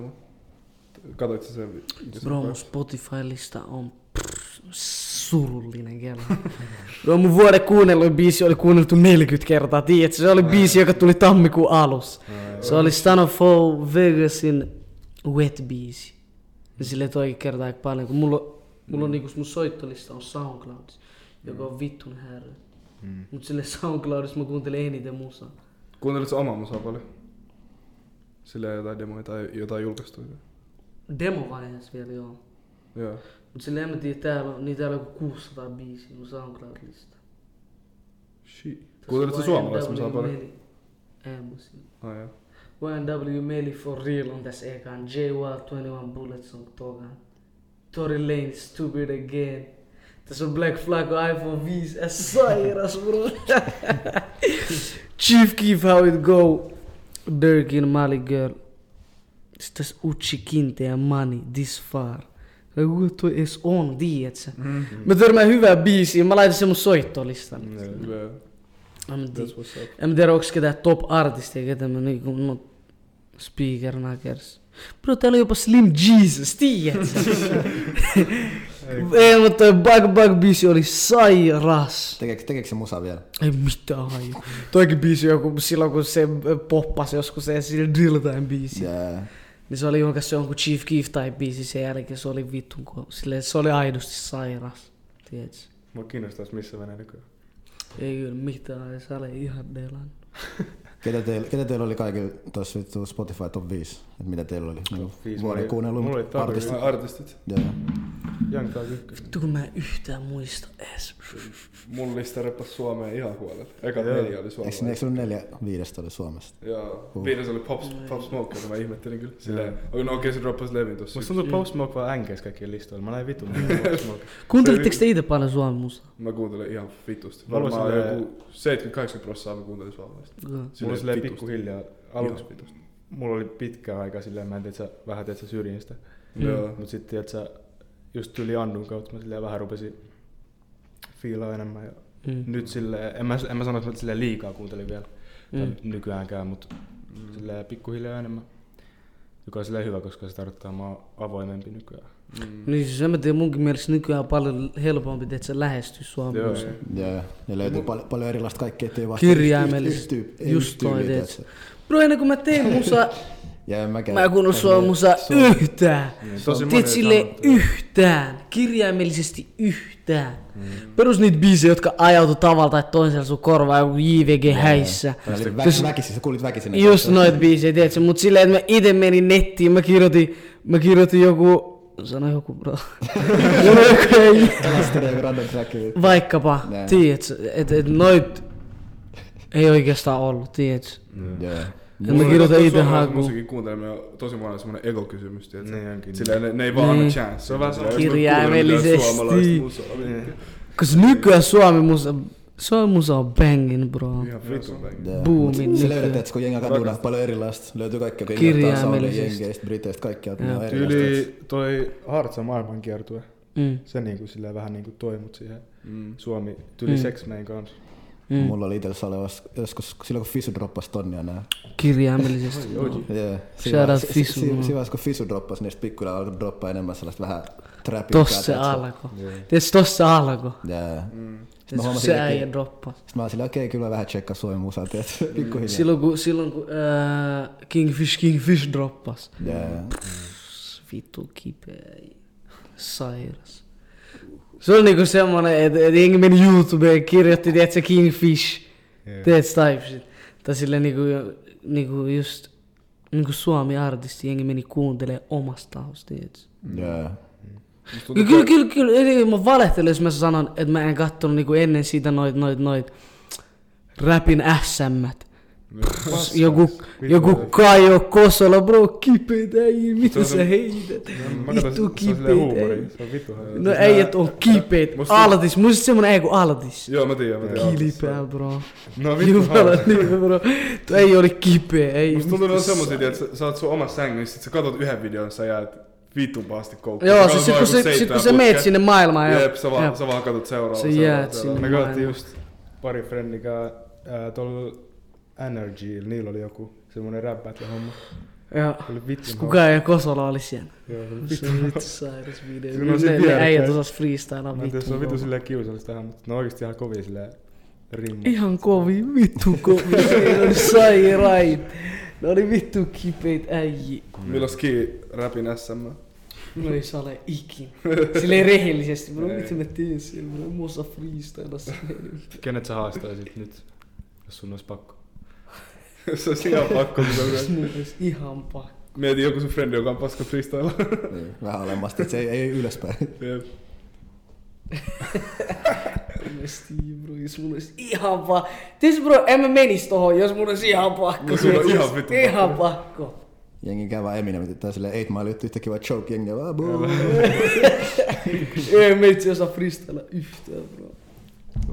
D: Katoitko sä sen?
F: Bro, mun Spotify-lista on pff, s- surullinen kello. No mun vuoden kuunnellut biisi oli kuunneltu 40 kertaa, tiedätkö? Se oli biisi, joka tuli tammikuun alussa. Se oli Stan of Foe Vegasin wet biisi. Ja sille toikin kertaa aika paljon, kun mulla,
D: Hmm.
F: mulla on niinku mun soittolista on SoundCloud, joka on vittun härry.
D: Hmm.
B: Mm.
F: Mut sille SoundCloudissa mä kuuntelen eniten musaa.
D: Kuuntelit sä omaa musaa paljon? Silleen jotain demoja tai jotain julkaistuja.
F: Demovaiheessa vielä joo.
D: Joo.
F: Mut sille en mä tiedä, täällä on, niin täällä on joku 600 biisiä mun SoundCloud-lista.
D: Shit. Kuuntelit
F: Então,
D: sä suomalaista musaa paljon?
F: En mä siinä.
D: Ah, joo.
F: YNW Meli for real on tässä ekan. J Wild 21 Bullets on tokan. Tory Lane Stupid Again. Tässä on Black Flag on iPhone 5. Ja sairas bro. Chief Keef How It Go. Dirkin Mali Girl. Sitten tässä Uchi Kinte ja Money This Far. Ja Kuka toi edes on, tiiätsä? Mm. Mä törmään hyvää biisiä, mä laitan sen mun soittolistalle.
D: Joo.
F: Mä en tiedä.
D: That's what's up.
F: En mä tiedä, onko ketään top artisteja, ketä mä niinku, no, speaker kärsi. Bro, täällä on jopa Slim Jesus, tiedät sä? Ei, mutta toi Eh, Bug Bug biisi oli sairas.
C: Tekeekö, tekeekö se musa vielä?
F: Ei mitään haju. Toikin biisi joku silloin, kun se
D: eh,
F: ö, poppasi joskus se sillä drill time biisi. Yeah.
C: Yeah.
F: Niin se oli julkaissut jonkun Chief Keef type biisi sen jälkeen, se oli vittu, kun silleen, se oli aidosti sairas. Tiedät sä?
B: Mua kiinnostaisi, missä menee nykyään.
F: Ei kyllä mitään, haju, se oli ihan delan.
C: Ketä teillä, ketä teillä oli kaikilla tuossa vittu Spotify Top 5? Et mitä teillä oli? Niinku
B: viisi. Mulla
C: vuoden
B: oli-
C: kuunnellut
B: mulla oli
C: mut
B: Tarvi.
C: artistit.
D: Ah, Artistit.
C: Joo.
B: Young Thug 1.
F: Vittu, kun mä en yhtään muista edes.
D: Mun lista reppas Suomeen ihan huolella. Eka
B: Joo.
D: neljä oli
C: Eikö, eikö
D: suomalaisia.
C: sulla neljä viidestä oli Suomesta?
D: Joo.
C: Huh.
D: Viides oli Pop, Pop Smoke, jota mä ihmettelin kyllä. Silleen, oh, no okei se droppas Levin tossa.
B: Musta tuntuu että Post Smoke vaan änkeis kaikkien listoilla. Mä näin vitun niin Post Smoke.
F: Kuuntelitteko te itse paljon suomen musaa?
D: Mä kuuntelen ihan vitusti.
B: Mulla
D: Varmaan
B: silleen-
D: joku 70-80 prosenttia mä kuuntelin suomalaista.
B: Mulla oli silleen
D: vitusti.
B: pikkuhiljaa.
D: Aluksi
B: Aluksi
D: vitusti.
B: mulla oli pitkään aikaa silleen, mä en tiedä, sä- vähän tiedät sä syrjin sitä.
D: Joo.
B: Mut sit tiedät sä, just tyli Andun kautta mä silleen vähän rupesin fiilaa enemmän. Ja
F: Mm.
B: nyt silleen, en mä, en mä sano, että mä silleen liikaa kuuntelin vielä.
F: Mm.
B: Mm. Nykyäänkään, mut silleen pikkuhiljaa enemmän. Joka on silleen hyvä, koska se tarkoittaa, että mä oon avoimempi nykyään.
F: Niin siis en mä tiedä, munkin mielestä nykyään on paljon helpompi tehdä se lähestyä suomen
B: Joo,
F: musaa.
B: joo.
C: Joo. Ja löytyy pal- paljon erilaista kaikkea, ettei vaan
F: Kirjaimellisesti. Just
C: Just
F: toi,
C: toi
F: tiedät Bro, ennen kuin mä tein musaa,
C: Ja en mäkään.
F: mä en kuunnellut suomen musaa yhtään.
B: Tosi moni
F: Tiedät sille
B: sanoo, että-
F: yhtään, kirjaimellisesti yhtään.
B: Mm.
F: Perus niitä biisejä, jotka ajautu tavalla tai toisella sun korvaan, joku JVG häissä.
C: Tää oli vä-
F: Siis-
C: väkisin, sä kuulit väkisin. näitä.
F: Just no- noit biisejä, tiedätkö? Mut silleen, että mä ite menin nettiin, mä kirjoitin, mä kirjoitin joku... Sano joku, bro. Sano joku, ei.
C: Kalastelee joku random tracki.
F: Vaikkapa,
C: Näin.
F: tiedätkö? Että et noit ei oikeastaan ollut, tiedätkö?
C: Joo.
F: En mä kirjoita ite hakuun.
D: Musiikin kuunteleminen on tosi monella semmoinen ego-kysymys, tiedätkö?
B: Niin onkin.
D: Silleen ne, ne ei vaan anna
F: Niin.
D: chance. Se on
B: vähän
F: Kirjaimellisesti.
D: niin
F: Koska nykyään Suomi musa, Suomi musa on bangin, bro.
D: Ihan
F: Niin.
D: vitun bang.
C: Joo.
F: Boomin
C: Se
F: nykyään.
C: löydetään, että kun jengi alkaa duunaa paljon erilaista. Löytyy kaikkea, kun jengi ottaa sauden
F: Kirjaimellisesti.
C: jengeistä, briteistä, kaikkialta. ne
F: Joo.
C: on erilaista.
B: Yli toi Hartsa maailmankiertue,
F: Mm,
B: se niinku silleen vähän niinku toi mut siihen
D: Mm.
B: Suomi tyli
F: Mm.
B: mm. Sex Main kanssa.
F: mm.
C: Mulla oli itsellä oli jos- joskus, silloin kun Fisu droppasi niin tonnia nää.
F: Kirjaimellisesti. bro.
C: Yeah.
F: Shout out Fisu,
C: Siinä
F: no.
C: vaiheessa kun Fisu droppasi, niin pikkuilla alkoi droppaa enemmän sellaista vähän trapikkaa.
F: Tossa se alkoi. Tiedätkö, tossa se alkoi.
C: Yeah.
F: Tiedätkö, kun
C: huomasin
F: se
C: itsekin-
F: äijä droppas.
C: Sitten mä olin silleen, okei, kyllä mä vähän tsekkaa Suomen musaa, tiedätkö? Pikkuhiljaa.
F: Mm. Silloin kun, silloin kun äh, Kingfish Kingfish droppas.
C: Yeah.
F: Vittu kipeä. Sairas. Se oli niinku semmonen, että et jengi meni YouTubeen ja kirjoitti, tiedätkö, e Kingfish. Yeah. Tiedätkö, type shit. Tai silleen niinku, niinku just, niinku Suomi-artisti, jengi meni kuuntelee omasta tahosta, tiedätkö.
C: Yeah.
F: Kyllä, kyllä, kyllä, kyllä, eli mä valehtelen, jos mä sanon, että mä en kattonut niinku ennen sitä noit, noit, noit rapin SM-t.
D: niinku
F: Joku, joku Kaio Kosola, bro, kipeitä äijä, mitä sä heität? Vittu kipeitä äijä.
B: Se on vittu hauska.
F: No äijät on kipeitä,
D: Siis Musta-
F: altis, muista semmonen äijä kuin altis.
D: Joo, mä tiedän, mä tiedän.
F: Kilipää, bro.
B: No vittu
F: Jumala,
B: hauska.
F: niin, bro. Tuo ei oli kipeä, ei.
D: Musta tuntuu, että on semmosia, että sä, sä oot sun omassa sängyssä, sit sä katot yhden videon, sä jäät vitun pahasti koukkuun.
F: Joo,
D: Sä
F: siis
D: katot
F: sit kun,
D: vaan joku
F: se, sit kun sä
D: seitsemän
F: meet
D: putkea.
F: sinne maailmaan, joo.
D: Jep, sä vaan,
F: Jep.
D: sä vaan katot seuraavaa.
F: Sä
D: seuraavaa,
F: jäät
D: seuraavaa.
F: sinne.
B: Me
F: Maailma.
B: katsottiin just pari friendikaa äh, tuolla Energy, niillä oli joku semmonen rap battle homma.
F: Ja.
B: Oli vittu.
F: Kuka ei Kosola oli siellä.
B: Joo, se oli
F: Se
B: vittu.
F: on vittu sairas video.
B: Siinä on se
F: Ne, ne
B: tiedä,
F: äijät
B: kai.
F: osas freestylaa
B: Mä en tiedä,
F: vittu.
B: se on vittu
F: kovaa.
B: silleen kiusallista ihan, mutta ne on oikeesti ihan kovia silleen rimmu.
F: Niin. Ihan kovi, vittu kovi. Se on sairain. Ne oli vittu kipeitä äijä.
D: Milloin ski räpin SM?
F: Mulla ei saa olla ikinä. Silleen rehellisesti. Mä
D: Ei.
F: mitä mä teen siellä. Mä en muista freestylassa.
B: Kenet sä haastaisit nyt, jos sun olisi pakko?
D: se olisi ihan pakko. kun se-
F: Mun olisi ihan pakko.
D: Mieti joku sun frendi, joka on paska freestyle.
C: Niin, Vähän alemmasti, että se ei, ei ylöspäin.
F: Mä Steve, bro. Jos mulla olisi ihan pakko. Tiedätkö bro, en mä menis tohon, jos mulla olisi ihan pakko.
D: No, sulla on ihan vittu
F: Ihan pakko.
C: Jengi käy vaan Eminem, että silleen 8 Mile juttu yhtäkkiä vaan choke jengiä vaan buu.
F: Ei meitsi osaa freestyle yhtään, bro.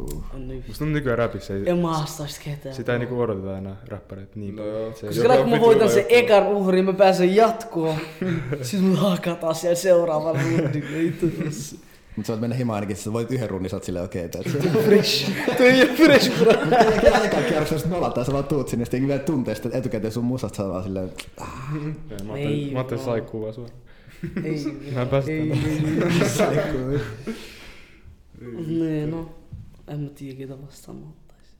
C: Uh.
F: On niin.
B: Musta on nykyään räpissä ei,
F: En mä haastaisi ketään.
B: sitä ei nagu niinku odoteta enää räppäreitä niin
D: No
B: paljon.
D: joo.
B: Se ei-
D: Koska
F: Sillä
D: Joka
F: kun mä
D: vittu
F: voitan
D: hyvä
F: sen
D: juttu.
F: ekan uhrin, mä pääsen jatkoon. Sitten mut hakataan siellä seuraavalla rundilla. Ei tulisi.
C: Mut sä voit mennä himaan ainakin, sä voit yhden runnin, sä oot silleen okei. Okay,
F: Fresh. Toi ei ole fresh, bro.
C: kaikki arvostaa, että nolata, sä vaan tuut sinne, sitten vielä tuntee sitä etukäteen sun musasta, sä oot vaan silleen,
B: Joo, Mä
F: Ei
B: ajattelin, mä ajattelin
F: vaan.
B: saikkuu vaan suoraan.
F: Ei,
B: Mä en päästä
F: ei,
B: tänne.
F: ei.
C: saikku.
F: Nee, no. En mä tiedä, ketä vastaan mä ottaisin.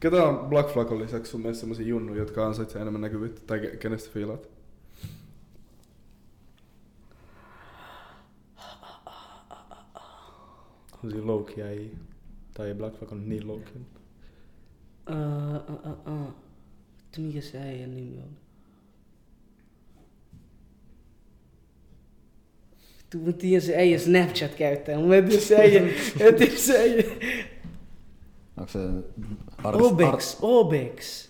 D: Ketä on Black Flagon lisäksi sun mielestä semmosia junnuja, jotka ansaitsee enemmän näkyvyyttä? Tai ke- kenestä fiilaat?
B: Semmosia low-key ei. Tai ei Black Flag on niin low-key.
F: Ää, ää, ää, ää. Vittu, mikä se äijän nimi on? Vittu, mä tiedän se äijä Snapchat-käyttäjä. Mä en tiedä se äijä. Mä en tiedä se äijä.
C: Onko se artist, art,
F: Obex, Obex.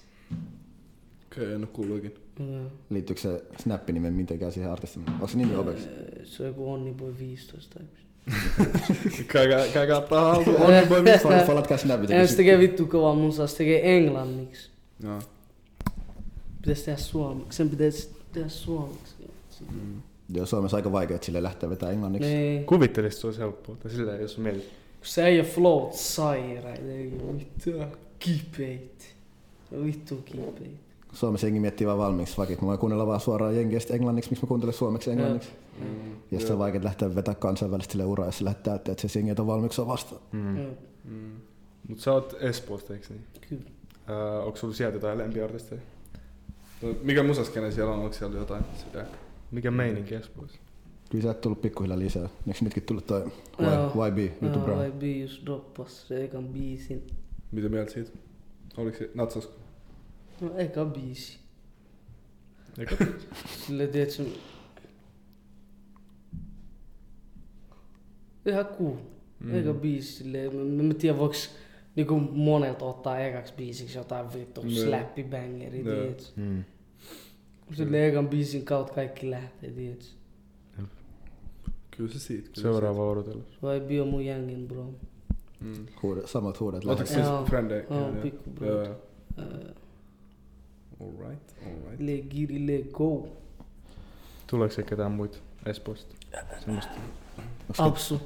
D: Okei, okay, en oo kuullut ikinä.
F: Joo.
C: liittyykö se snappinimen mitenkään siihen artistiin? Onko se nimi Obex?
F: Se on joku Onni Boy 15 tai
D: Käykää, käykää tahalta.
C: On, voi mistä on, falatkaa snapit.
F: En se tekee vittu kovaa musaa, se tekee englanniksi.
D: Joo.
F: Pitäis tehdä suomeksi, sen pitäis tehdä suomeksi.
C: Joo, Suomessa aika vaikea, että sille lähtee vetää englanniksi.
F: Niin.
B: Kuvittelisit, se olisi helppoa. Tai silleen, jos mietit.
F: Se äijä flow sairaat, ei oo mitään kipeit. Vittu kipeit.
C: Suomessa jengi miettii vaan valmiiksi vakit. Mä voin kuunnella vaan suoraan jengiä sitten englanniksi, miksi mä kuuntelen suomeksi ja englanniksi.
D: Mm,
C: Ja sitten on vaikea lähteä vetää kansainvälistä sille uraa, jos sä lähdet täyttää, että se jengi on valmiiksi on vastaan.
B: Mm.
F: Joo,
D: mm.
B: Mut sä oot Espoosta, eiks niin?
F: Kyllä.
B: Öö, onko sulla sieltä jotain lempiartisteja?
D: No, Mikä musaskene siellä on? Onko siellä jotain sitä?
B: Mikä meininki Espoossa?
C: Kyllä sä oot tullut pikkuhiljaa lisää. Eikö nytkin tullut toi
F: Joo.
C: y, YB,
F: Joo,
C: YouTube Brown?
F: YB just droppas se ekan biisin.
D: Mitä mieltä siitä? Oliko se natsasko?
F: No eka biisi.
B: Eikä
F: Sille tiedät sun... Ihan cool. Mm. Eka biisi silleen, mä, mä en tiedä voiks niinku monelta ottaa ekaksi biisiksi jotain vittu
D: Joo.
F: mm. slappibangeri,
D: Joo.
F: tiedätkö?
B: Mm.
F: Silleen ekan biisin kautta kaikki lähtee, tiedätkö?
D: Kyllä se siitä. Kyllä
B: Seuraava odotellus.
F: YB on mun jängin, bro.
D: Siitä. Mm.
C: Huudet, samat huudet
D: Otatko
C: lähes.
D: siis
F: Joo.
D: frendejä?
F: Joo,
D: Joo, joo.
F: pikku bro.
D: Joo, joo.
F: Äh,
D: Alright, alright.
F: Let get it, let go.
B: Tuleeko se ketään muita Espoosta? Semmosta.
F: Apsu. 5-2.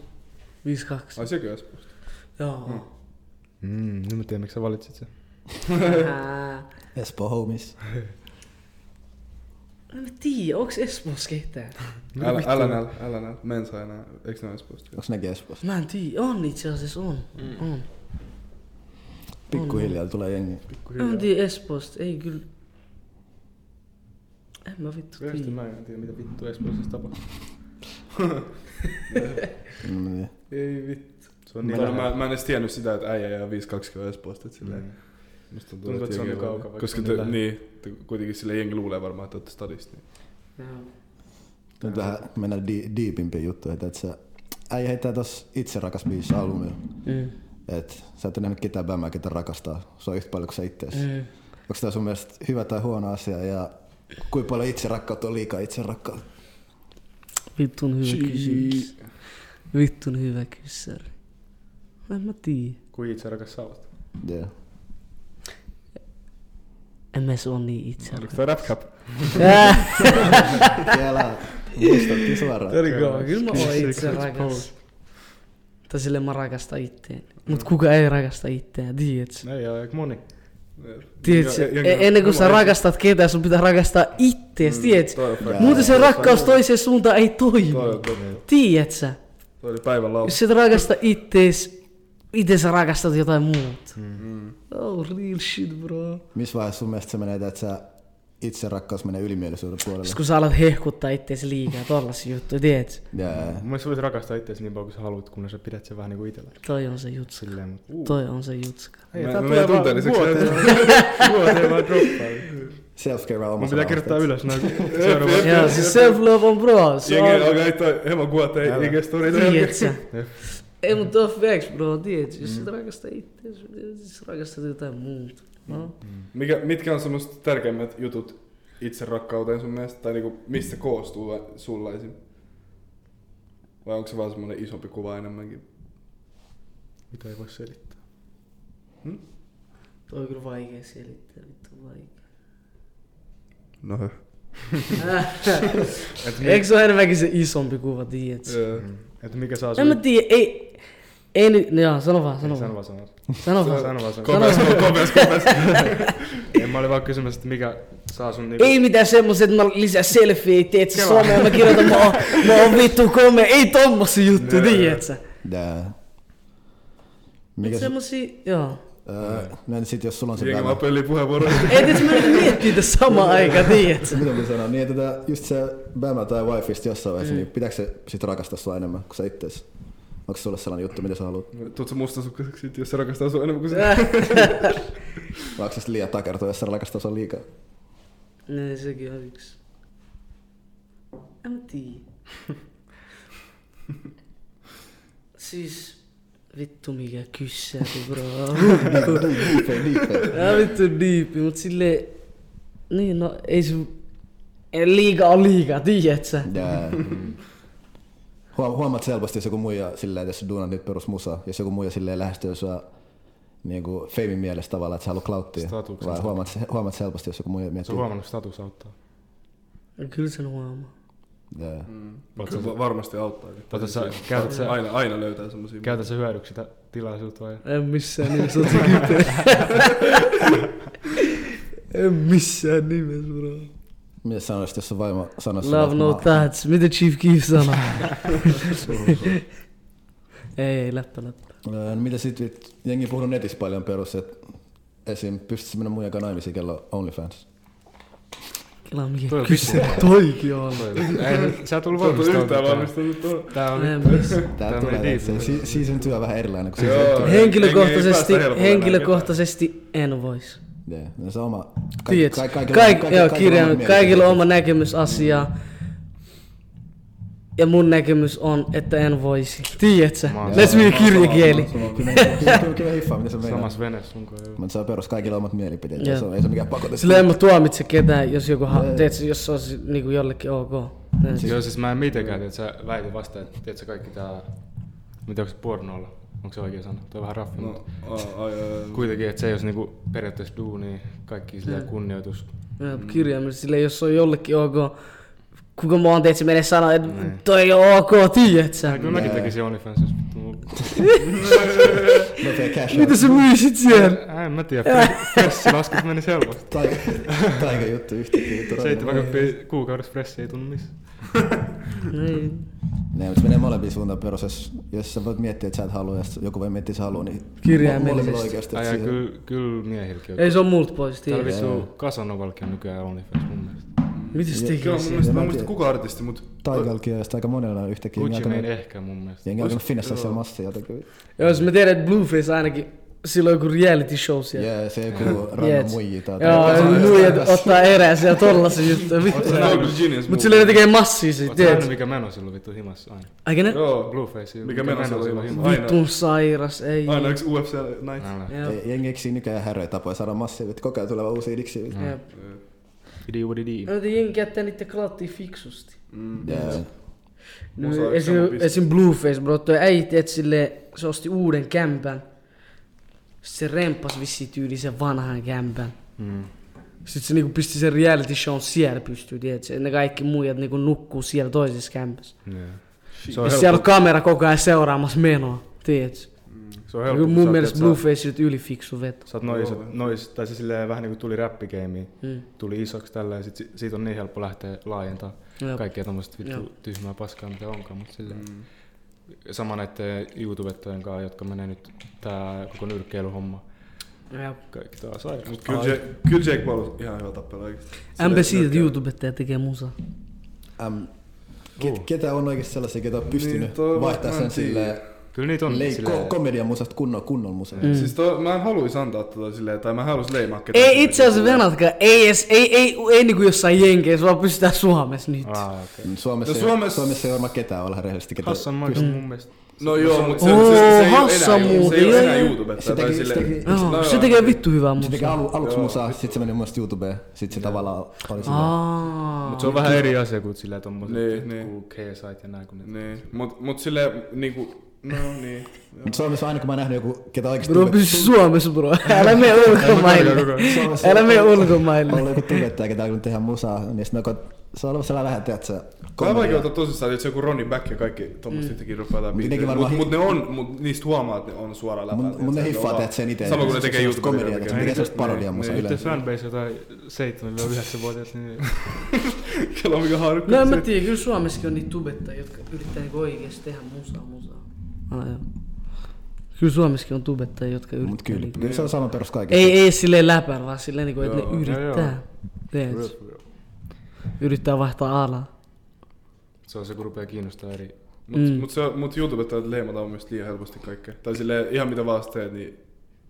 D: Ai sekö Espoosta?
F: Joo.
B: Mm, nyt mä tiedän, miksi sä valitsit sen.
F: Ää,
C: Espoo homies.
F: En mä tiedä, onks Espoossa ketään?
D: Älä, älä näl, älä näl. Mä en saa enää. Eikö ne ole Espoosta?
C: Onks nekin Espoossa?
F: Mä en tiedä, on itse asiassa, on.
B: Hmm.
F: on. Mm.
C: Pikkuhiljaa tulee jengi.
F: Mä en tiedä Espoosta, ei kyllä. En mä vittu
B: Oikeesti
F: tiedä.
B: mä en tiedä, mitä vittu Espoossa tapahtuu.
C: Mm, niin.
D: Ei vittu.
B: Se on
D: Mä,
B: niin
D: mä,
B: lähellä.
D: mä, mä en edes tiennyt sitä, että äijä ja 5-2 on Espoosta. et Silleen.
B: Mm.
D: Musta
B: Tuntuu, että se on
D: jengi
B: niin
D: vaan-
B: kaukana,
D: Koska
B: vaikka
D: te,
B: niin
D: niin, te, kuitenkin sille jengi luulee varmaan, että olette stadista. Niin.
F: Joo.
C: Nyt vähän mennään di- diipimpiin juttuihin. että Et sä, äijä heittää tossa itse rakas biisi albumilla.
F: Mm.
C: Et sä et ole nähnyt ketään bämää, ketä rakastaa. Se on yhtä paljon kuin sä ittees.
F: Mm.
C: Onko tämä sun mielestä hyvä tai huono asia ja kuinka paljon itse rakkautta on liikaa itse rakkautta?
F: Vittun hyvä kysymys. Vittun hyvä kyssäri. En mä tiedä.
B: Kuin itse rakas sä oot.
C: Yeah.
F: En mä se on niin itse.
B: Oliko tää rap cap?
F: Äh,
C: Siellä muistattiin suoraan.
F: joo, kyllä mä oon itse rakas. Tai silleen mä rakastan itteen. Mut kuka ei rakasta itteään, tiedätkö? Äh.
B: Ei, ja aika moni.
F: Tiedätkö, e- ennen kuin sä rakastat ketään, sun pitää rakastaa ittees, tiedätkö? Muuten se rakkaus toiseen suuntaan ei
D: Toi
F: toimi.
D: on totta.
F: Tiedät sä?
D: Toi oli päivän lause.
F: Jos sä et rakasta ittees, itse sä rakastat jotain muuta.
D: Mm.
F: Oh, real shit, bro.
C: Missä vaiheessa sun mielestä se menee, että sä itse rakkaus menee ylimielisyyden puolelle?
F: Sitten kun sä alat hehkuttaa ittees liikaa, tollasia juttuja, tiedätkö?
C: Jää, jää.
B: Mun mielestä sä voit rakastaa itseäsi niin paljon kuin sä haluat, kun sä pidät sen vähän niinku itellä.
F: Toi on se jutska.
B: Silleen, mut...
F: Toi on se jutska.
B: Ei,
D: Me-
B: tää
D: me
B: tulee vaan
D: tunteelliseksi.
B: vuoteen. Vuoteen vaan droppaa.
C: Self-care on
B: Mun
C: omassa
B: pitää kirjoittaa ylös
C: haasteessa.
B: näin seuraavaksi.
F: Joo, siis self-love on bro. Se
D: Jengi
F: on,
D: alkaa heittää hieman kuota, ei
B: Älä.
D: ikinä storeita.
F: tiedät sä?
B: Jep.
F: Ei mun tough facts, bro, tiedät sä? Jos
D: Mm.
F: sä et rakasta ittees, sä rakastat jotain muuta. No.
D: Mm. Mikä, mitkä on semmoiset tärkeimmät jutut itse rakkauteen sun mielestä? Tai niinku, mistä koostuu vai, sulla esim? Vai onko se vaan semmoinen isompi kuva enemmänkin?
B: Mitä ei voi selittää.
F: Toi on kyllä vaikea selittää, vittu vaikea.
D: No hö.
F: Eikö se ole enemmänkin se isompi kuva, tiedät sä?
B: Mm. Että mikä saa
F: En mä tiedä, ei... Ei nyt, no joo, sano vaan,
B: Ei,
F: sano
B: Sano
F: vaan.
B: vaan sanat.
F: Sano vaan.
B: Sano vaan sanat.
D: Koves, koves, koves.
B: Ei, mä olin vaan kysymässä, että mikä saa sun niinku...
F: Ei mitään semmoset, että mä lisään selfieä, tiedät sä,
B: Kela.
F: Suomeen, mä kirjoitan, mä oon, mä oon vittu komea, ei tommosia juttuja,
B: Joo, joo,
F: tiedät sä?
C: Jää. Mikä se...
F: Semmosia, joo.
C: Öö, no entä sit jos sulla on se
D: Jengi
C: päivä?
D: vaan pöllii puheenvuoroja.
F: Ei tietysti mä nyt miettii tässä samaan aikaan, tiedät sä?
C: Mitä mä sanon? Niin, että tää- just se Bama tai Wifeista jossain vaiheessa, niin pitääkö se sit rakastaa sua enemmän kuin sä ittees? Onko sulle sellainen juttu, mitä sä haluat?
D: Tuut sä mustasukkaiseksi, sit, jos se rakastaa sua enemmän kuin sinä.
F: Äh.
C: Vai onko se sit liian takertua, jos sä rakastaa sua liikaa?
F: Niin, sekin on yksi. En mä tiedä. siis, vittu mikä kyssäri, bro.
B: Niin,
C: Diipei, diipei.
F: Tää on vittu diipi, mut silleen... Niin, no ei se... Ei liiga on liiga, tiedät sä?
C: Jää. Huo- Huomaat selvästi, jos joku muija silleen, että jos sä duunat nyt perusmusa, jos joku muija silleen lähestyy sua niin kuin feimin mielestä tavallaan, että sä haluat klauttia.
B: Statuksen.
C: Vai huomaat, huomaat selvästi, jos joku muija
B: Sä oon
C: miettii.
B: huomannut, status auttaa.
F: No Kyllä sen huomaa.
C: Jää.
B: Oot
D: Kyllä
B: sä-
D: va- varmasti auttaa.
B: Tota sä käytät sä-
D: Aina, aina löytää semmosia.
B: Käytä se hyödyksi sitä tilaisuutta vai?
F: En missään nimessä oot sä kipeä. en missään nimessä, bro.
C: Mitä sanoisit, jos sun vaimo sanoisi sulle,
F: Love
C: että
F: no
C: mä-
F: touch. Mitä Chief Keef sanoo? ei, ei, läppä, läppä.
C: Öö, No mitä sit, vit- jengi on puhunut netissä paljon perus, että esim. pystytkö mennä muijan kanssa naimisiin, kello on OnlyFans?
F: Kela mikä
B: Toi on
F: kyse. Toikin on.
B: Ei, sä et tullut
D: Sä oot
B: valmistautunut. tähän.
D: yhtään valmistunut tuohon.
B: Tää on
F: En
B: vittu.
F: missä.
C: Tää
B: Tää
C: tulee
B: meni
C: se
B: deep.
C: si- season työ on vähän erilainen kuin
D: Joo.
C: season two.
F: Henkilökohtaisesti,
D: Ei päästä
F: henkilökohtaisesti en vois.
C: Joo, no se on oma...
F: Tiedät,
C: kaik-
F: kaikilla,
C: kaikilla-
F: kaikilla, joo,
C: kaikilla
F: kirjan,
C: omat
F: kaikilla on
C: mielipiteet.
F: oma näkemys asiaa. Ja mun näkemys on, että en voisi. Tiedät sä?
B: Mä oon
F: Let's
B: sama-
F: be kirjakieli.
C: Kyllä mä- kyllä- kyllä- Kyllä mä hiffaan, mitä se meinaa.
B: Samassa veneessä sun kanssa. joo.
C: Mutta se on perus, kaikilla on omat mielipiteet.
F: Joo.
C: Se on, ei se ole mikään pakote.
F: Sillä en mä tuomitse ketään, jos joku, ha-
C: Ei.
F: teet, sä, jos se olisi niinku jollekin ok.
B: Joo, siis mä en mitenkään, että sä väitin vasta, että tiedät sä kaikki tää... Mitä onko se pornolla? Onko se oikea sana? Toi on vähän raffi,
D: No,
B: mutta...
D: ai, ai, ai.
B: Kuitenkin, että se ei olisi niinku periaatteessa duuni, kaikki sillä kunnioitus.
F: Joo, Kirjaimellisesti silleen, jos se on jollekin ok. Kuka mä oon, teet sä mene sanoa, että
B: Niin.
F: toi ei ole ok, tiedät sä?
B: Ja kyllä mäkin tekisin OnlyFansissa, mutta mun...
C: Nopea cash out.
F: Mitä sä myisit siellä?
B: Äh, En mä tiedä, pressilaskut meni selvästi.
C: Taiga, taiga juttu yhtäkkiä. juttu rannalla.
B: 70 kuukaudessa pressi ei tunnu missään.
F: Niin.
C: Ne, mutta se menee molempiin suuntaan perus, jos, jos sä voit miettiä, että sä et halua, ja sit joku voi miettiä, että sä haluaa, niin
F: Kirjaimellisesti.
C: molemmilla oikeasti.
B: Ai,
C: että
B: ai,
C: siihen-
B: kyllä, kyllä miehilläkin on.
F: Ei se on multa pois,
B: Täällä
F: tiedät.
B: vissu Casanovalkin on nykyään OnlyFans mun mielestä.
F: Mitäs
D: Kyllä,
F: tekee
D: mun
F: siellä?
D: mielestä, mä
C: Mä
D: en muista
C: tiedän.
D: kuka artisti, mut...
C: Taigalkin ja sitä aika monella on yhtäkkiä.
B: Gucci
C: Jengi
B: Mane
C: alkanut-
B: ehkä mun mielestä.
C: Jengi alkanut finnassa siellä massia jotenkin.
F: Joo, jos mä tiedän, että Blueface ainakin silloin joku reality show siellä.
C: Jee, se joku
F: Tiedät
C: rannan
F: sä?
C: muijia tai
F: Joo,
C: jotain.
F: nuijat ottaa erää siellä tollasen juttuja. vittu.
D: Se on kyllä genius
F: Mut
D: move.
F: silleen ne tekee massia siitä,
B: Oot sä nähnyt
F: tiedät.
B: mikä meno silloin vittu himassa aina?
F: Aika ne?
D: Joo,
B: Blueface.
D: Mikä meno silloin
B: silloin
D: himassa? Aina.
F: Vitun sairas, ei.
D: Aina yksi UFC night.
B: Älä.
F: Joo.
C: Ei- Jengi eksii nykyään häröjä tapoja saada massia, että koko ajan tulee vaan uusia diksiä.
F: Jep.
B: Idi what it is.
F: No, että jengi jättää niiden klattia fiksusti.
C: Jee.
F: No,
D: Musa on
F: esim,
D: sama bisnes.
F: esim Blueface, bro, toi äiti, et sille, se osti uuden kämpän. Sitten se rempas vissi tyyli sen vanhan kämpän.
B: Mm.
F: Sitten se niinku pisti sen reality shown siellä pystyy, tiedätkö? Ne kaikki muijat niinku nukkuu siellä toisessa kämpässä.
B: Yeah.
F: Ja siellä on kamera koko ajan seuraamassa menoa, tiedätkö?
B: Se on helppo,
F: Kyllä
B: kun
F: mun
B: sä-
F: mielestä
B: tiedät, sä-
F: Blueface on ylifiksu e veto.
B: Sä oot nois,
D: Joo.
B: nois, tai se silleen vähän niinku tuli räppikeimiin,
F: Mm.
B: tuli isoksi tällä ja sit, si- siitä on niin helppo lähteä laajentaa
F: Jep.
B: kaikkea tommoset
F: Joo.
B: vittu tyhmää paskaa mitä onkaan, mutta silleen.
D: Mm.
B: Sama näiden YouTubettajien kanssa, jotka menee nyt tää koko nyrkkeilyhomma.
F: Jep.
B: Kaikki taas sairaan.
D: Mut kyllä, Jake, kyllä Jake Paul on ihan hyvä tappelu oikeesti.
F: Ämpä
D: Silleen
F: siitä, että
D: nyrkkeily.
F: YouTubettaja tekee musaa.
B: Uh.
C: Äm, ke,
B: Juu.
C: ketä on oikeasti sellaisia, ketä on pystynyt
D: toi-
C: niin, vaihtaa
D: mä en
C: sen
D: tiedä.
C: silleen
B: Kyllä niitä on
C: lei-
B: silleen-
C: Niin, ko- komedian musasta kunnon, kunnon musasta.
D: Mm. Siis toi, mä en haluis antaa tota silleen, tai mä haluis leimaa ketään.
F: Ei itse asiassa venatkaan, ei edes, ei, ei, ei niinku jossain jenkeissä, vaan pystytään Suomessa nyt.
B: Ah, okei.
C: Mm, Suomessa, no,
D: No Suomessa-
C: Suomessa... Suomessa ei varmaan ketään ole rehellisesti. Ketä...
B: Hassan Michael
F: Mm.
B: mun mielestä.
D: No joo, mut se, se,
F: Oo,
D: se, se, ei oo
F: Hassan
D: enää, se ei
F: muuten,
D: oo
F: joo,
D: enää
F: joo.
D: YouTubetta.
C: Se
D: Tai
C: teki- se
D: silleen,
C: teki-
F: Joo, se tekee vittu hyvää
C: Se teki
F: musaa.
C: alu, aluksi
D: Joo.
C: musaa, sitten se meni mun mielestä YouTubeen. Sitten se tavallaan oli silleen.
F: Aa.
B: Mut se on vähän eri asia kuin silleen tommoset
D: Niin,
B: niin,
D: niin.
B: niin. KSIt ja näin kun ne
D: Niin, mut, mut silleen niinku, no niin.
C: Mut Suomessa aina kun mä oon nähnyt joku, ketä oikeasti
F: Bro, pysy Suomessa bro, älä mene ulkomaille.
C: Suomessa-
F: Älä mene ulkomaille.
C: Oli joku tubettaja, ketä kun tehdään musaa, niin sitten mä ko- se on ollut sellainen vähän, tiedätkö,
D: Mä vaikea
C: komedia.
D: ottaa tosissaan, että se joku Ronnie Back ja kaikki
F: Mm.
D: tommoset yhtäkkiä rupeaa läpi.
C: Nekin
D: Mut,
C: varmaan-
D: mut ne on, mut niistä huomaa, että ne on suoraan läpää.
C: Mun, mun ne hiffaa teet sen itse.
D: Sama kun ne tekee
C: YouTube. Komedia,
D: YouTubeen.
C: että se tekee sellaista parodiaa musaa
B: Sitten
C: yleensä.
B: fanbase jotain 7-9-vuotiaat, niin
D: Kello on mikä harukka.
F: No en mä tiedä, kyllä Suomessakin on niitä tubettajia, jotka yrittää niinku oikeesti tehdä musaa musaa. Ah, joo. Kyllä Suomessakin on tubettajia, jotka yrittää.
C: Mut kyllä,
D: Niin.
F: niinku-
C: kyllä se on sama perus kaikessa.
F: Ei, ei silleen läpär, vaan silleen niinku, että ne
D: Joo,
B: joo,
F: yrittää. Tiedätkö? Yrittää vaihtaa alaa.
B: se on se, kun rupeaa kiinnostaa eri.
D: Mut,
F: Mm.
D: mm. mut, se, mut YouTubettajat leimataan mun mielestä liian helposti kaikkea. Tai silleen ihan mitä vaan sä teet, niin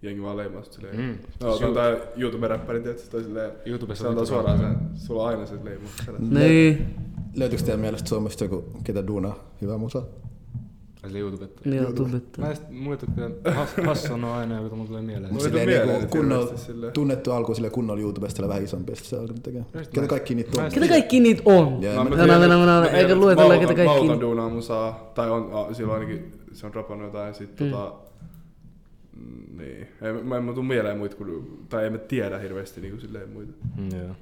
D: jengi vaan leimaa sut silleen.
B: Mm.
D: Mm. No, otan tää YouTube-räppäri, tietysti, tai silleen,
B: YouTubessa
D: se antaa
B: on
D: suoraan sen, sulla on aina se leima.
F: Niin.
C: Löytyykö teidän mielestä Suomesta joku, ketä duunaa hyvää musaa?
B: Eli YouTubetta.
F: Niin on
B: Mä
F: tubettaja.
B: en sit- mulle tulee has, Hassan on aina, joka mulle tulee mieleen.
C: Mut
D: Mulle
C: silleen
D: tuli
C: niinku
D: mieleen, että
C: kunnolla,
D: hirveästi silleen-
C: tunnettu alkuun sille kunnolla YouTubesta sille vähän isompi, ja sit se alkoi tekee. Ketä kaikki niitä
B: Mä
C: on?
B: en-
F: Ketä kaikki niitä on?
C: Joo,
D: No, mä
F: Mennään,
D: tiedän,
F: mennään, mennään.
D: mä
F: Eikä
D: tiedän, että
F: luetella,
D: Mauta-
F: ketä kaikki
D: Mauta
F: niitä-
D: duunaa musaa, tai on, a, silloin ainakin se on rapannut jotain, ja sit tota... mm, Niin, ei, mä, en mä tuu mieleen muita, kun, tai en mä tiedä hirveästi niinku silleen muita.
B: Mm, joo.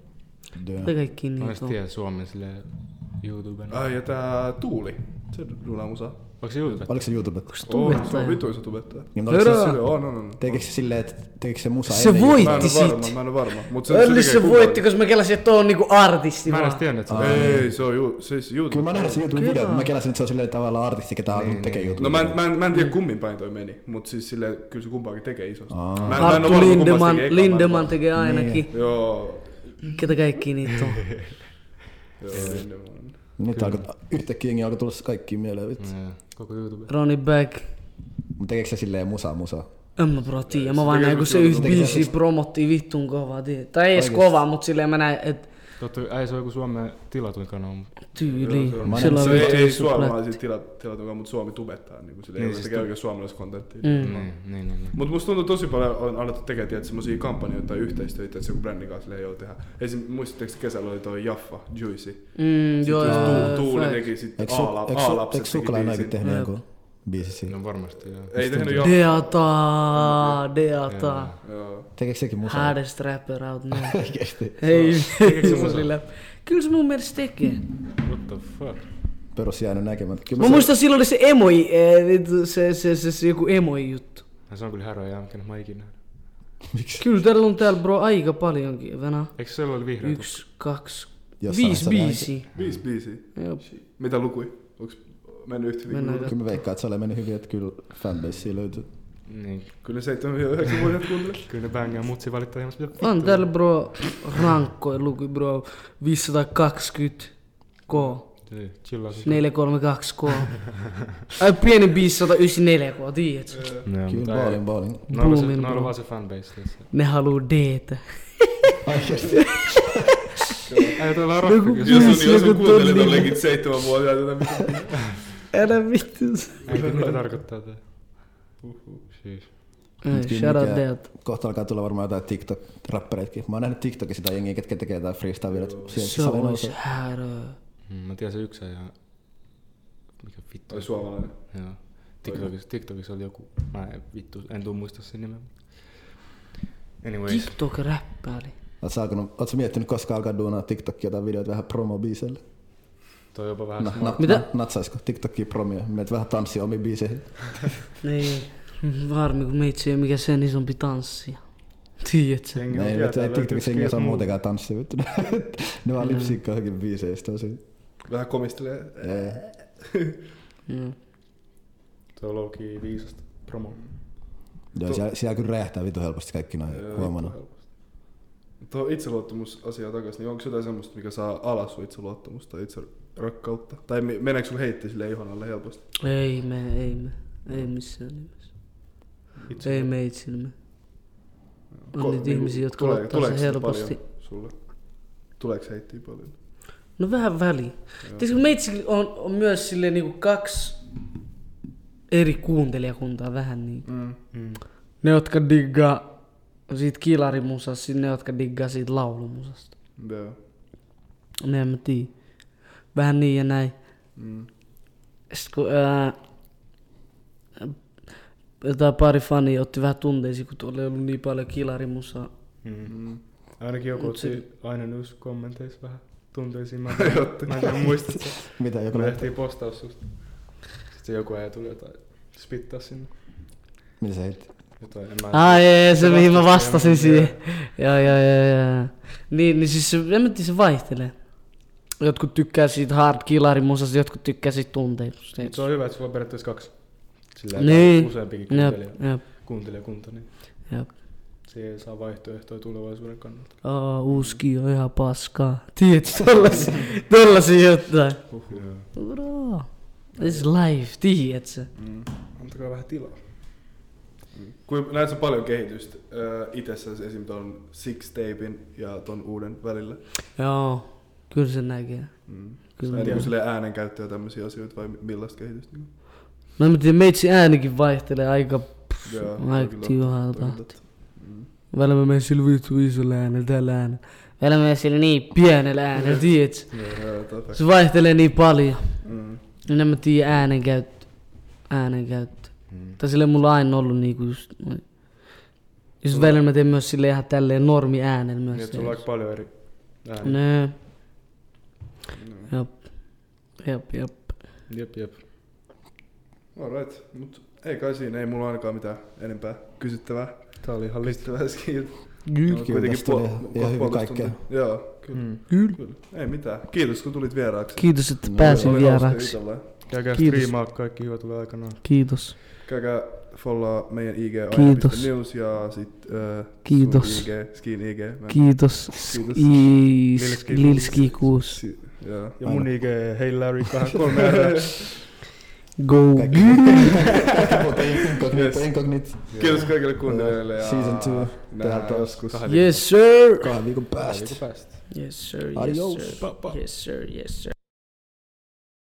C: Joo.
F: Ketä kaikki
B: Mä en
F: niitä
B: sit
F: on?
B: tiedä Suomen silleen YouTuben.
D: Ai, ja tää Tuuli, se duunaa musaa.
B: Onko se YouTubetta?
C: Oliko se YouTube?
D: Oh, se
F: Tubettaja.
D: on vituisa tubettaja.
C: Niin, mutta oliko se-
F: Herra!
D: Se on, on, on.
C: Tekeekö se silleen, että tekeekö se musa
F: Se
C: ennen
F: voi-
D: Mä en
F: Voitti
D: oo varma,
F: sit.
D: mä en oo varma. Mut se,
F: Ölli
D: tekee
F: se
D: kummalla.
F: voitti, koska mä kelasin, että on niinku artisti
B: Mä en
F: vaan.
B: edes tiennyt, että se on.
D: Ei, se on ju,
C: YouTube?
D: siis
C: Kyllä
D: YouTube.
C: mä nähdään se
F: Kyllä.
C: YouTube-video, mä kelasin, että se on silleen tavallaan artisti, ketä alkoi tekee YouTube.
D: No mä en, mä, en, mä en tiedä kummin päin toi meni, mut siis sille kyllä se kumpaakin tekee isosti.
C: Aa.
D: Mä, en- mä en oo
F: Arttu
D: varma, kummas
F: Lindeman,
D: tekee ekaan, mä en
F: Lindeman
D: varma.
F: tekee ainakin.
D: Joo,
F: Ketä kaikki niitä on?
D: joo Lindeman.
C: Nyt alkoi, yhtäkkiä jengi alkoi tulla kaikki mieleen vittu.
B: Joo, Koko YouTube.
F: Ronnie Back.
D: Mm.
C: Mutta tekeekö se silleen musaa musaa?
F: En mä bro tiiä, mä vaan
D: tekee
F: näin kun se
D: just
F: yhtä
C: jotain.
F: biisiä promottiin vittun kovaa tiiä. Tai ei edes
C: Oikeesti.
F: kovaa, mut silleen mä näin, et
B: Totta, ei se on joku Suomen tilatuin kanava. mutta-
F: tyyli.
D: Joo,
C: Mä näin, että
F: Sillä on
D: Se ei,
F: vittu
D: ei
F: iso
D: suomalaisia tilatukaan, mutta Suomi tubettaa. Niin kuin silleen,
B: Niin,
D: niin, se
B: siis
D: tekee
B: tu-
D: oikein suomalaista kontenttia.
F: Mm.
B: Niin, niin, niin. niin.
D: Mutta musta tuntuu tosi paljon on alettu tekemään tiedät, semmosia kampanjoita tai yhteistyötä, että se joku brändin kanssa ei tehdä. Esim. muistatteko kesällä oli toi Jaffa, Juicy.
F: Mm, joo,
D: Joo,
F: joo,
D: tu- Tuuli
F: fuck.
D: teki sitten
C: Eikö, su, eikö, su,
D: A-lapset
C: eikö
D: teki
C: Sukla ainakin
D: biisin.
C: tehnyt
F: Jep.
C: joku biisi siinä?
B: No varmasti joo.
D: Ei tehnyt Jaffa.
F: Deata, deata.
D: Joo.
C: Tekeekö sekin musaa?
F: Hardest rapper out now.
C: Oikeesti.
F: Ei,
B: Tekeekö se
F: se oli
B: musaa?
F: läpi. Kyllä se mun mielestä tekee.
C: Mm.
B: What the fuck?
C: Perus jäänyt näkemättä. Kyllä
F: Mä
C: se-
F: muistan silloin oli se emoi, eh, vittu, se, se, se, se joku emoi juttu.
B: No, se on kyllä häröä jämkä, mä oon ikinä. nähnyt.
F: Kyllä täällä on täällä bro aika paljonkin, Venä.
B: Eikö se oli vihreä? tukka?
F: Yksi, kaksi,
C: Jossain
F: viisi
C: se oli
F: biisiä.
D: Viisi biisiä.
F: Jep.
D: Mitä lukui? Onks mennyt yhtä hyvin?
F: Mennään
D: kuin-
C: Kyllä mä veikkaan, että se oli mennyt hyvin, että kyllä fanbasea löytyy.
B: Niin.
D: Kyllä ne 7-9-vuotiaat kuuntelee.
B: Kyllä ne bängaa mutsi valittaa ihan mitä
F: On täällä bro rankkoja luku bro 520 K.
B: Niin, Chillaa se.
F: 432 K. Ai pieni biisi 194 K, tiedätkö?
B: No,
C: Kyllä bowling, bowling.
B: Noilla se,
F: Boomin,
B: noilla
F: bro.
B: vaan se fanbase tässä.
F: Ne haluu deetä.
C: Oikeesti.
B: Ei, tuolla on
F: Joku
B: rohkeakin.
D: Jos
B: Jos
D: on,
F: biisi.
D: niin, jos
F: joku
D: on kuuntelee
F: tonni.
D: tollekin seitsemänvuotiaat, jotain mitä
F: Älä vittu.
B: on- Ei, mitä tarkoittaa tää? Siis.
F: Ai,
C: Mut kyllä
F: Shout out
C: mikä-
F: deetä.
C: Kohta alkaa tulla varmaan jotain TikTok-rappereitkin. Mä oon nähnyt TikTokissa sitä jengiä, ketkä tekee jotain freestyleja.
F: Se olisi härö.
B: Mm, Mä tiedän se yksi ja... Mikä vittu?
D: Toi suomalainen.
B: Joo. TikTokissa, TikTokissa oli joku... Mä en vittu, en tuu muista sen nimen. Anyways.
F: TikTok-räppäri.
C: Oot sä alkanut- oot sä miettinyt, koska alkaa duunaa TikTokia tai videoita vähän promo-biiseille?
B: Toi on jopa vähän
C: Na,
B: smart.
C: na,
F: Mitä?
C: na, natsaisko TikTokia promia? Meet vähän tanssia omiin biiseihin.
F: Niin. Varmi kun meitsi ei ole mikään sen isompi tanssia. Tiedät sä?
B: Jengi on
C: Ei,
B: tietää,
C: vittu, ei
B: löytyykö
C: TikTokissa jengi osaa
B: skills
C: muutenkaan tanssia, vittu. ne
D: Mm.
C: vaan lipsikkaa johonkin biiseistä tosi.
D: Vähän komistelee.
C: Jee.
F: Joo.
B: move. Tuo low-key viisasta promo.
C: Joo,
D: Tu-
C: siellä, siellä kyllä räjähtää vitu helposti kaikki noin, huomannut.
D: Tuo itseluottamus asia takaisin, niin onko jotain semmoista, mikä saa alas sun itseluottamusta tai itse rakkautta? Tai mi- meneekö sun heitti sille ihon alle helposti?
F: Ei me, ei me. Ei missään nimessä.
B: Itse-
F: Ei meitsil me. On
D: Ko-
F: niitä
D: niinku,
F: ihmisiä, jotka
D: tulee-
F: ottaa sen
D: tuleeko sitä
F: helposti.
D: paljon Sulle? Tuleeko heittiä paljon?
F: No vähän väliin. Tiedätkö, meitsi on, on myös silleen niinku kaksi eri kuuntelijakuntaa vähän niin.
D: Mm.
F: Ne, jotka diggaa siitä kilarimusasta, ne, jotka diggaa siitä laulumusasta.
D: Mm. Joo.
F: Ne en mä tiedä. Vähän niin ja näin.
D: Mm.
F: Sitten kun ää, jotain pari fani otti vähän tunteisiin, kun tuolla ei ollut niin paljon kilarimusaa.
B: Mm.
D: Mm.
B: Ainakin joku
F: Mut
B: otti aina news kommenteissa vähän tunteisiin. Mä en,
D: Jotti.
B: mä en tiedä muista. sitä.
C: Mitä joku
B: Me
C: lähtee?
B: tehtiin postaus susta. Sitten joku ei tuli jotain spittaa sinne.
C: Mitä sä heitti?
B: Jotain, en mä
F: Ai ei, se
B: Se
F: mihin mä
B: vastasi
F: vastasin
B: siihen.
F: siihen. Joo, joo, joo, joo. Niin, niin siis se, en mä tiedä, se vaihtelee. Jotkut tykkää siitä hard killarimusasta, jotkut tykkää siitä tunteista.
B: Mut Se on hyvä, että sulla on periaatteessa kaksi. Sillä
F: Niin.
B: niin. useampikin
F: Jep,
B: kuuntelija,
F: jep,
B: kuuntelijakunta, niin
F: jep.
B: se ei saa vaihtoehtoja tulevaisuuden kannalta.
F: Oh, uuski on ihan paskaa. Tiedätkö, tollasia, tollasia jotain.
B: Joo.
F: Bro, this is life, tiedätkö?
D: Mm. Antakaa vähän tilaa. Kuin, näet sä paljon kehitystä äh, itsessä esim. ton Six Tapein ja ton uuden välillä?
F: Joo, kyllä se näkee.
D: Mm. Tai
F: Kyllä mä
D: niinku
F: tiedän.
D: silleen äänenkäyttöä ja tämmöisiä asioita vai mi- millaista kehitystä? Niinku?
F: No en er, mä tiedän, meitsi äänikin vaihtelee aika
D: Joo,
F: aika
D: kyllä.
F: tiuhaa
D: Toi on
F: tahti.
D: totta. Mm.
F: Välillä mä menen sillä vittu isolla äänellä, tällä äänellä. Välillä mä menen sillä niin pienellä äänellä, tiedätkö?
D: Joo, totta.
F: Se vaihtelee niin paljon.
D: Mm.
F: Niin en mä tiedä äänenkäyttö. Äänenkäyttö.
B: Mm.
F: Tai sille mulla on aina ollut niinku just noin. Just välillä mä teen myös sille ihan tälleen normi äänellä
B: Niin,
F: myös.
B: että sulla on aika paljon eri ääniä.
F: Nö. Jep. Jep, jep.
B: Jep, jep.
D: Alright, mut ei kai siinä, ei mulla ainakaan mitään enempää kysyttävää.
B: Tää oli ihan lit.
D: Kysyttävää skillit.
C: Kyllä, tästä oli ihan hyvin kaikkea.
D: Joo, kyllä.
B: Mm.
F: Kyllä.
D: Kyllä. Ei mitään. Kiitos kun tulit vieraaksi.
F: Kiitos, että
C: No,
F: pääsin
D: Oli hauska
F: vieraaksi.
D: jutella.
B: Käykää
F: Kiitos.
B: striimaa, kaikki hyvä tulee aikanaan.
F: Kiitos.
D: Käykää follaa meidän IG
F: Kiitos.
D: news ja sit äh,
F: Kiitos.
D: sun IG, Skin IG. Mä en-
F: Kiitos.
D: Kiitos.
F: Lilski, Lilski kuus.
D: Si- Joo.
B: Ja mun
C: Aina.
B: IG, hei Larry, kahden kolme R.
F: Go.
C: Kaikki. Kaikki muuta
D: Yes.
C: inkognito, inkognito.
D: Kiitos kaikille kuuntelijoille ja
C: Season two.
D: nähdään
C: Tehdään taas.
D: joskus.
B: Kahden
F: Yes sir.
C: Kahden viikon
B: viikon
C: päästä.
B: päästä.
F: Yes sir. Yes
C: Adios.
F: sir. Yes sir. Yes sir.